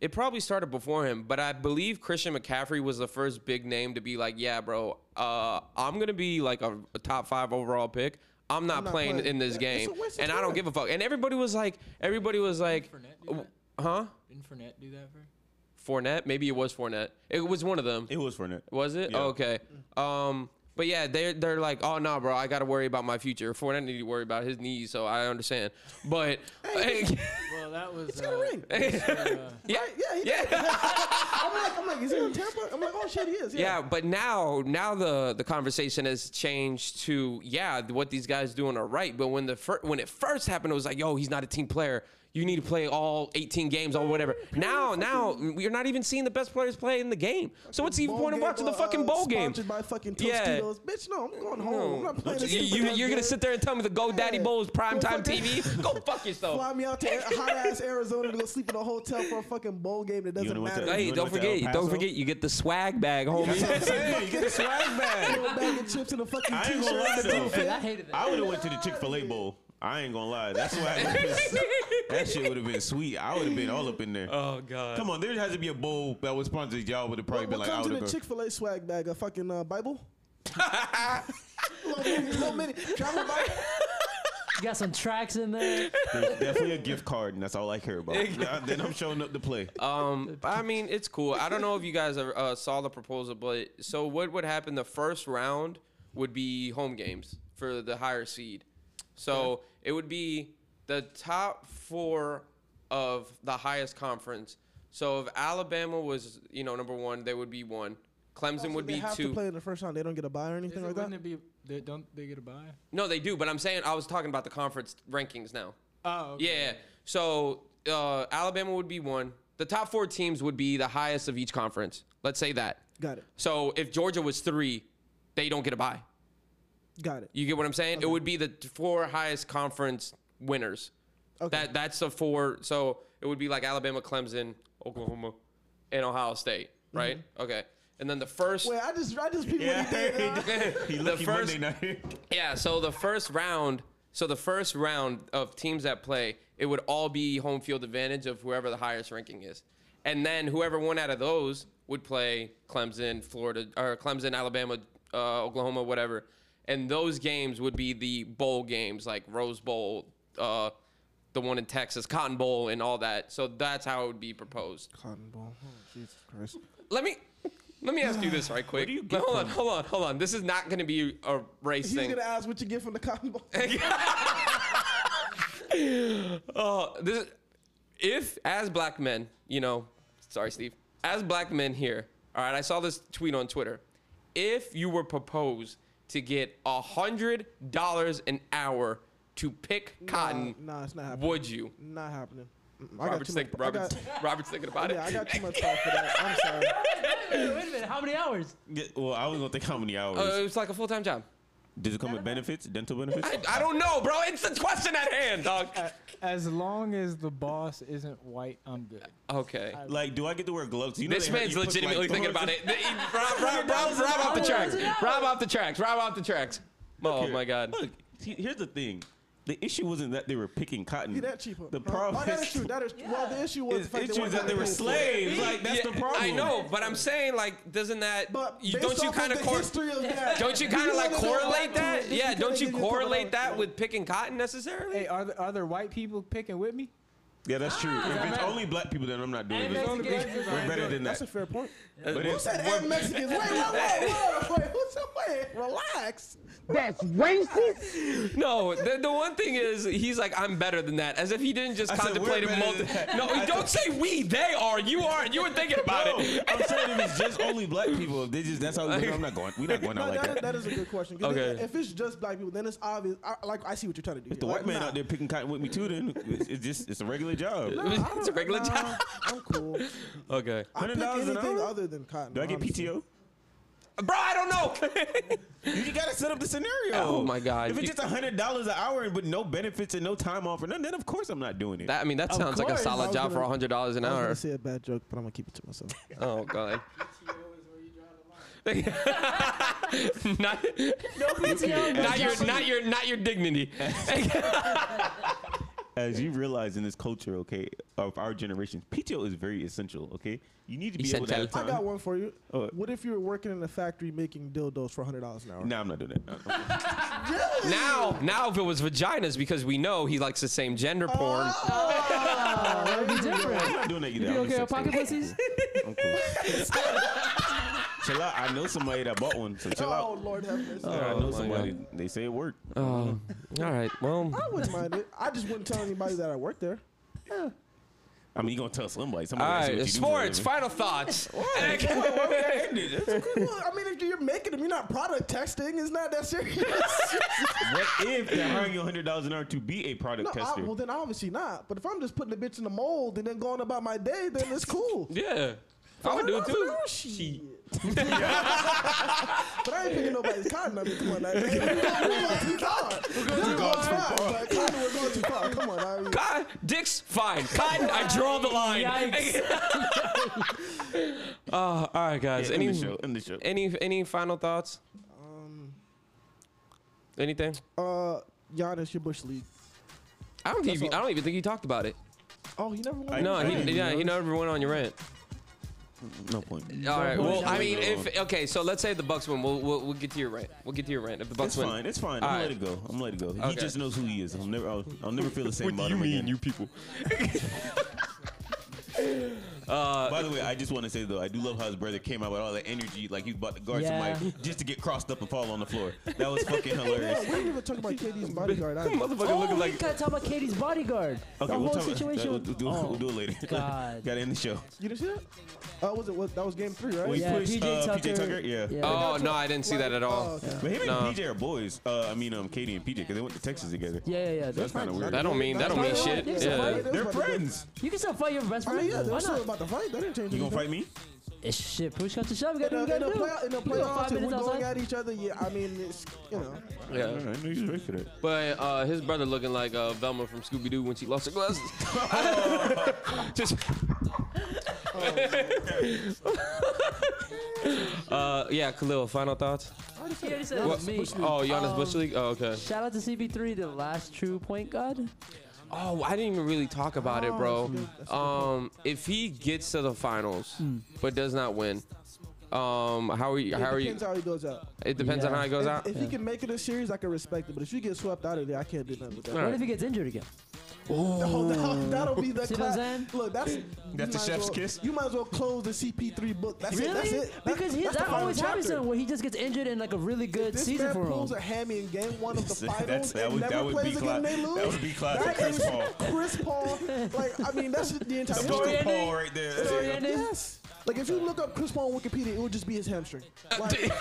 it probably started before him, but I believe Christian McCaffrey was the first big name to be like, yeah, bro, uh, I'm gonna be like a, a top five overall pick. I'm not,
not
playing,
playing.
in this
Yeah, it's
game,
a waste of
and I don't
time.
give a fuck. And everybody was like, everybody was like,
Fournette do that?
huh?
Didn't Fournette do that for?
Fournette. Maybe it was Fournette. It was one of them.
It was for net.
[LAUGHS] Was it?
Yeah.
Okay. Um, but yeah, they're they're like, oh no, bro, I gotta worry about my future. Fournette need to worry about his knees, so I understand.
[LAUGHS]
But
Well, that was.
Got a
[LAUGHS]
uh,
ring.
yeah,
Right? Yeah, he
yeah, yeah.
[LAUGHS] I'm like, I'm like, is he on Tampa? I'm like, oh shit, he is. Yeah.
But now, now the the conversation has changed to yeah, what these guys doing are right. But when the fir- when it first happened, it was like, yo, he's not a team player. You need to play all 18 games or whatever. Now, now we're not even seeing the best players play in the game. So what's the even
Bowl
point of
game,
watching the
uh,
fucking bowl game?
Sponsored by fucking Tostitos.
Yeah.
Bitch, no, I'm going home. I'm not playing this
You, you,
shit.
you're gonna sit there and tell me the GoDaddy
Yeah.
Bowl is prime
Go
time
fuck
TV? Go fuck
Fly
yourself.
me
[LAUGHS]
out to hot ass Arizona to go sleep in a hotel for a fucking bowl game that doesn't
know what
matter.
that-
Hey,
You
don't
went to El
forget, don't
Paso?
forget, you get the swag bag, homie.
Hey, get a swag bag.
Little bag of chips and a fucking
I ain't
t-shirt.
gonna lie
and a
though.
dude,
I hated that.
I would have went to the Chick Fil A bowl. I ain't gonna lie. That's why I [LAUGHS] that shit would have been sweet. I would have been all up in there.
oh god.
Come on, there has to be a bowl that was sponsored. Y'all would have probably
What,
been
what
like, I
comes
would
in
have
a
gone.
Chick Fil A swag bag? A fucking
[LAUGHS]
uh, Bible. little mini, little mini travel Bible.
You got some tracks in there.
There's definitely a gift card, and that's all I care [LAUGHS] about. Nah, then I'm showing up to play.
[LAUGHS] Um, I mean, it's cool. I don't know if you guys ever, uh, saw the proposal, but so what would happen? The first round would be home games for the higher seed. So it would be the top four of the highest conference. So if Alabama was, you know, number one, they would be one. Clemson would
they
be
have
two.
to play in the first round. They don't get a buy or
Is it,
anything like
wouldn't
that.
it be? They, don't they get a buy?
No, they do, but I'm saying I was talking about the conference rankings now.
Oh, okay.
Yeah. So uh, Alabama would be one. The top four teams would be the highest of each conference. Let's say that.
Got it.
So if Georgia was three, they don't get a bye.
Got it.
You get what I'm saying? It would be the t- four highest conference winners.
Okay.
That that's the four. So it would be like Alabama, Clemson, Oklahoma, and Ohio State, right? Okay. And then the first
Wait, I just, I just peeped
Yeah, [LAUGHS]
what he did. uh,
he
The
lucky
first-
Monday night.
Yeah, so the first round, so the first round of teams that play, it would all be home field advantage of whoever the highest ranking is. And then whoever won out of those would play Clemson, Florida, or Clemson, Alabama, uh, Oklahoma, whatever. And those games would be the bowl games, like Rose Bowl, uh, the one in Texas, Cotton Bowl, and all that. So that's how it would be proposed.
Cotton Bowl. Oh, Jesus Christ.
Let me. Let me ask you this right quick. No, hold on, hold on, hold on. This is not going to be a race
He's
thing.
gonna ask what you get from the Cotton Bowl.
Oh, this if as black men, you know, sorry, Steve. as black men here, all right, I saw this tweet on Twitter. If you were proposed to get a hundred dollars an hour to pick cotton,
Nah, nah, it's not happening.
would you?
Not happening. Mm-mm, I got
Robert's,
too
think,
much. I
Robert's,
got,
Robert's thinking about
yeah, I
it.
got too much time for that. I'm sorry.
[LAUGHS] Wait a minute, how many hours?
Yeah, well, I was gonna think how many
[LAUGHS]
hours.
Uh, it was like a full time job.
Does it come with benefits? Dental benefits?
I, I don't know, bro. It's the question at hand, dog.
As long as the boss isn't white, I'm good.
Okay.
like, do I get to wear gloves? You know
this
they hurt-
man's
you put,
legitimately
like,
thinking about
thorns in-
it. Rob, Rob, Rob, Rob off the tracks. Rob off the tracks. Rob off the tracks. Oh
Here,
my God.
Look, see, here's the thing. The issue wasn't that they were picking cotton.
See, that cheaper.
The
Huh?
problem
Oh, that
is-
is true.
[LAUGHS]
That is Well, the issue was
His
the fact
issue is that
wasn't
they were
paying for it.
slaves. Like that's
Yeah,
the problem.
I know, but I'm saying like, doesn't that?
But
you,
based
don't you
off of
kind of
the
cor-
history of that,
don't you
do
kind of like
wanna go back
correlate
to it
that?
just
Yeah,
because
don't
they
you
give a couple
correlate
dollars?
that with picking cotton necessarily?
Hey, are the, are there white people picking with me?
Yeah, that's true. If it's only black people, then I'm not doing
And
this.
[LAUGHS]
Mexicans.
We're better than
That's a
that.
fair point.
But
Who
it's-
said and Mexicans? [LAUGHS] Wait, whoa, whoa, whoa. Wait, who said wait? Relax.
No, the, the one thing is, he's like, I'm better than that, as if he didn't just
I said, we're
contemplate a
better than
multi.
that.
No,
I
don't say we. They are. You are. You were thinking about
No,
it.
I'm saying if it's just only black people, they just that's how we I'm not going. We're not [LAUGHS] going
No,
out like
that,
that.
that is a good question. 'cause
Okay.
If, if it's just black people, then it's obvious. I, like I see what you're trying to do.
If the white man out there picking cotton with me too, then it's, it's just it's a regular job.
[LAUGHS] it's a regular job.
I'm
[LAUGHS]
cool.
Okay,
I pick
$100 an
anything
hour?
other than cotton.
Do I get
honestly.
PTO?
bro, I don't
[LAUGHS]
know.
You gotta set up the scenario.
Oh, my God.
If it's
You-
just hundred dollars an hour and with no benefits and no time off or nothing, then of course I'm not doing it.
That, I mean, that sounds like a
course. I
solid
was
job for
gonna-
hundred dollars an
I was
hour.
gonna say a bad joke, but I'm gonna keep it to myself.
Oh god. [LAUGHS] not, not your not your not your dignity. [LAUGHS]
As you realize in this culture, okay, of our generation, PTO is very essential. Okay, you need to be able to have
Essential.
I
time.
got one for you.
Oh.
What if you were working in a factory making dildos for hundred dollars an hour?
No, I'm not doing that. No, no.
now now if it was vaginas because we know he likes the same gender porn.
Oh.
That'd be different.
I'm not doing that either.
You
I'm
okay
just
with pocket pussies?
texting. I'm cool. chill out. I know somebody that bought one, so chill
Oh
out.
Lord have mercy.
Yeah, I
Oh,
know
my
somebody. They say it worked.
Oh, all right.
Oh.
Well,
I wouldn't mind it. I just wouldn't tell anybody that I worked there.
I mean, you gonna tell somebody. Somebody.
all
gonna say
right.
what you do for a
Sports.
living.
Final thoughts.
[LAUGHS]
Well, I mean, if you're making them, you're not product texting. It's not that serious.
What if they're hiring you hundred dollars an hour to be a product
no, I,
tester?
well, then obviously not. But if I'm just putting the bitch in the mold and then going about my day, then it's cool.
[LAUGHS] yeah. I would do it
Oh,
too.
Shit. but I ain't picking nobody's cotton. I mean, come on, now. We're going too far. We're going too far. But cotton, we're going too far. Come on, I mean,
Cotton, dicks, fine. Cotton, I draw the line.
[LAUGHS]
uh, all right, guys.
Yeah, end the
any,
show. End the show.
any any final thoughts? Anything?
uh, Giannis, your bush league.
I don't even
all.
I don't even think he talked about it.
Oh, he never won.
I
a
No,
ring.
didn't
he, yeah, he
notice.
never went on your rant.
No point.
All right. Well,
no,
I mean,
no.
if okay, so let's say the Bucks win. We'll we'll, we'll get to your rant. We'll get to your rant. If the Bucks
It's
win,
fine. It's fine.
All
I'm gonna
right.
let it go. I'm gonna let it go.
Okay.
He just knows who he is. I'll never. I'll, I'll never feel the same about him again. [LAUGHS]
people?
By the way, I just want to say though, I do love how his brother came out with all that energy, like he was about to guard
Yeah.
somebody just to get crossed up and fall on the floor. That was fucking
Yeah, we
hilarious.
didn't even talk about KD's bodyguard. either.
Motherfucker
Oh,
looking
we
like.
gotta talk about Katie's bodyguard. the whole
talk about-
situation.
We'll, do-
oh.
we'll do it later. [LAUGHS]
God.
Gotta end the show.
You didn't see that? Uh, was it? Was, that was game three, right?
We
Yeah,
pushed
PJ
uh, PJ
Tucker.
Tucker. Yeah.
Yeah.
Oh no, I didn't see that at all.
Oh, okay.
But him and
No.
PJ are boys. Uh, I mean, um, Katie and PJ, because they went to Texas together.
Yeah, yeah, yeah.
So that's kind of weird.
That don't mean that don't mean shit.
There's a
Yeah.
fight.
They're friends.
You can still fight your best
I
friend.
mean, Oh, yeah,
Why
they're still
not?
about to fight. That didn't change
You gonna
anything.
fight me?
It's shit, push comes to shove. We gotta
In
do what
the, in
we
the,
gotta do.
play, in the
We got
playoffs,
five
if we're
minutes
going
outside.
at each other. Yeah, I mean, it's you know.
Yeah.
I knew you was ready for that.
But uh, his brother looking like uh, Velma from Scooby Doo when she lost her
[LAUGHS]
glasses. [LAUGHS] Just. [LAUGHS]
Oh,
uh, yeah, Khalil. Final thoughts.
He already said it
What-
was me.
Oh, Giannis Bush League. Oh, okay.
Shout out to CB3, the last true point guard.
Oh, I didn't even really talk about
Oh,
it, bro. Um, if he gets to the finals but does not win, um, how are you? How
Hmm. it
are you?
depends how he goes out.
It depends on
Yeah.
how it goes
if
out. [LAUGHS]
if he can make it a series, I can respect it. But if you get swept out of there, I can't do nothing with that.
All
What
right.
if he gets injured again?
[LAUGHS] No, that'll, that'll be the
See what I'm saying?
class. Look, that's
That's
you
the
might as
chef's
well-
kiss?
You might as well close the CP3 book. That's
Really?
it. That's it. That-
because he,
that's the
that
final
always happens to
chapter.
him where he just gets injured in like a really good
This
season
man
for
pulls
him.
a hammy in game one of the
[LAUGHS]
finals
That's- that
and
would-
never
that would
plays
be
again. and
cla-
they lose.
that would be classic
That
Chris
is
Paul.
Chris Paul. Like I mean, that's the entire
That's
Story
Uncle
ending?
Paul right there. That's
Story
it.
ending?
Yes. Like if you look up Chris Paul on Wikipedia, it would just be his hamstring. Like,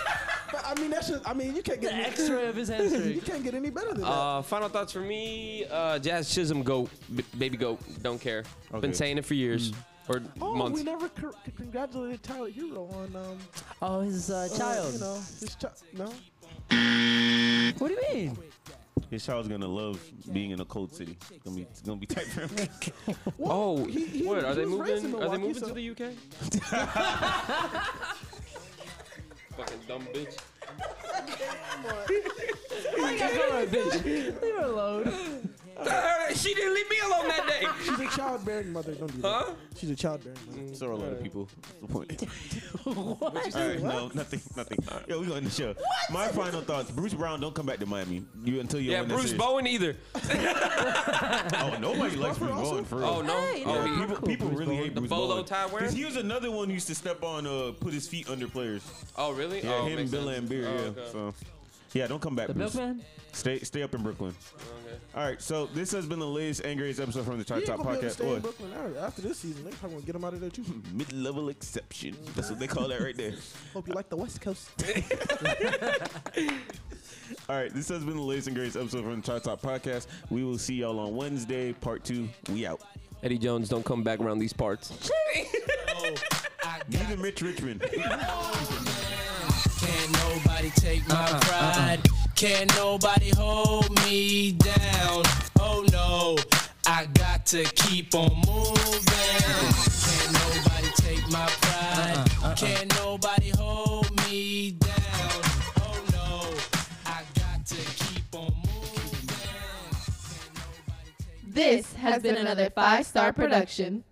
but I mean, that's just, I mean, you can't get
The
any-
X-ray of his
[LAUGHS] you
hamstring.
can't get any better than that.
Uh, final thoughts for me: uh, Jazz Chisholm, goat, b- baby goat. Don't care.
Okay.
Been saying it for years
Hmm.
or
oh,
months.
we never cor- congratulated Tyler Hero on um
Oh, his uh,
uh,
child.
you know, his child. No,
What do you mean?
His child's gonna love being in a cold city. It's gonna be, it's gonna be tight for him.
Oh,
He- he-
what are
he
they
was raised
moving?
in
Are they
Milwaukee,
moving
so-
to the
[LAUGHS]
UK? Fucking dumb bitch. [LAUGHS]
Leave her alone.
she didn't leave me alone that
[LAUGHS]
day.
she's a childbearing mother. Don't do that.
Huh?
She's a childbearing mother.
So are a lot of people. That's the point. All right, no, nothing, nothing. Yo, we going to the show. My final thoughts: Bruce Brown, don't come back to Miami. You until you
Yeah,
win that
Bruce
series.
Bowen either.
Oh, nobody likes Bruce Bowen for real.
Oh no.
Hey,
oh,
no.
he-
people, people really hate
The
Bruce
bolo
Bowen.
tie wearer?
Because he was another one who used to step on, uh, put his feet under players.
oh, really?
Yeah,
oh,
him,
makes
Bill
sense.
and Beer.
Oh,
yeah.
okay.
So, yeah, don't come back,
The
Bruce.
milkman.
Stay, stay up in Brooklyn.
Okay.
All right, so this has been the latest and greatest episode from the Try
He ain't
Top
gonna be able to
Podcast.
stay in
What?
Brooklyn area after this season. They probably gonna get him out of there too.
[LAUGHS] Mid-level exception. That's what they call that right there.
Hope you like the West Coast.
[LAUGHS] All right, this has been the latest and greatest episode from the Try Top Podcast. We will see y'all on Wednesday, part two. We out.
Eddie Jones, don't come back around these parts.
Neither Mitch [LAUGHS] Richmond.
Can't nobody take my pride. Can't nobody hold me down. Oh no, I got to keep on moving. Can't nobody take my pride. Can't nobody hold me down. Oh no, I got to keep on moving.
This has been another five star production.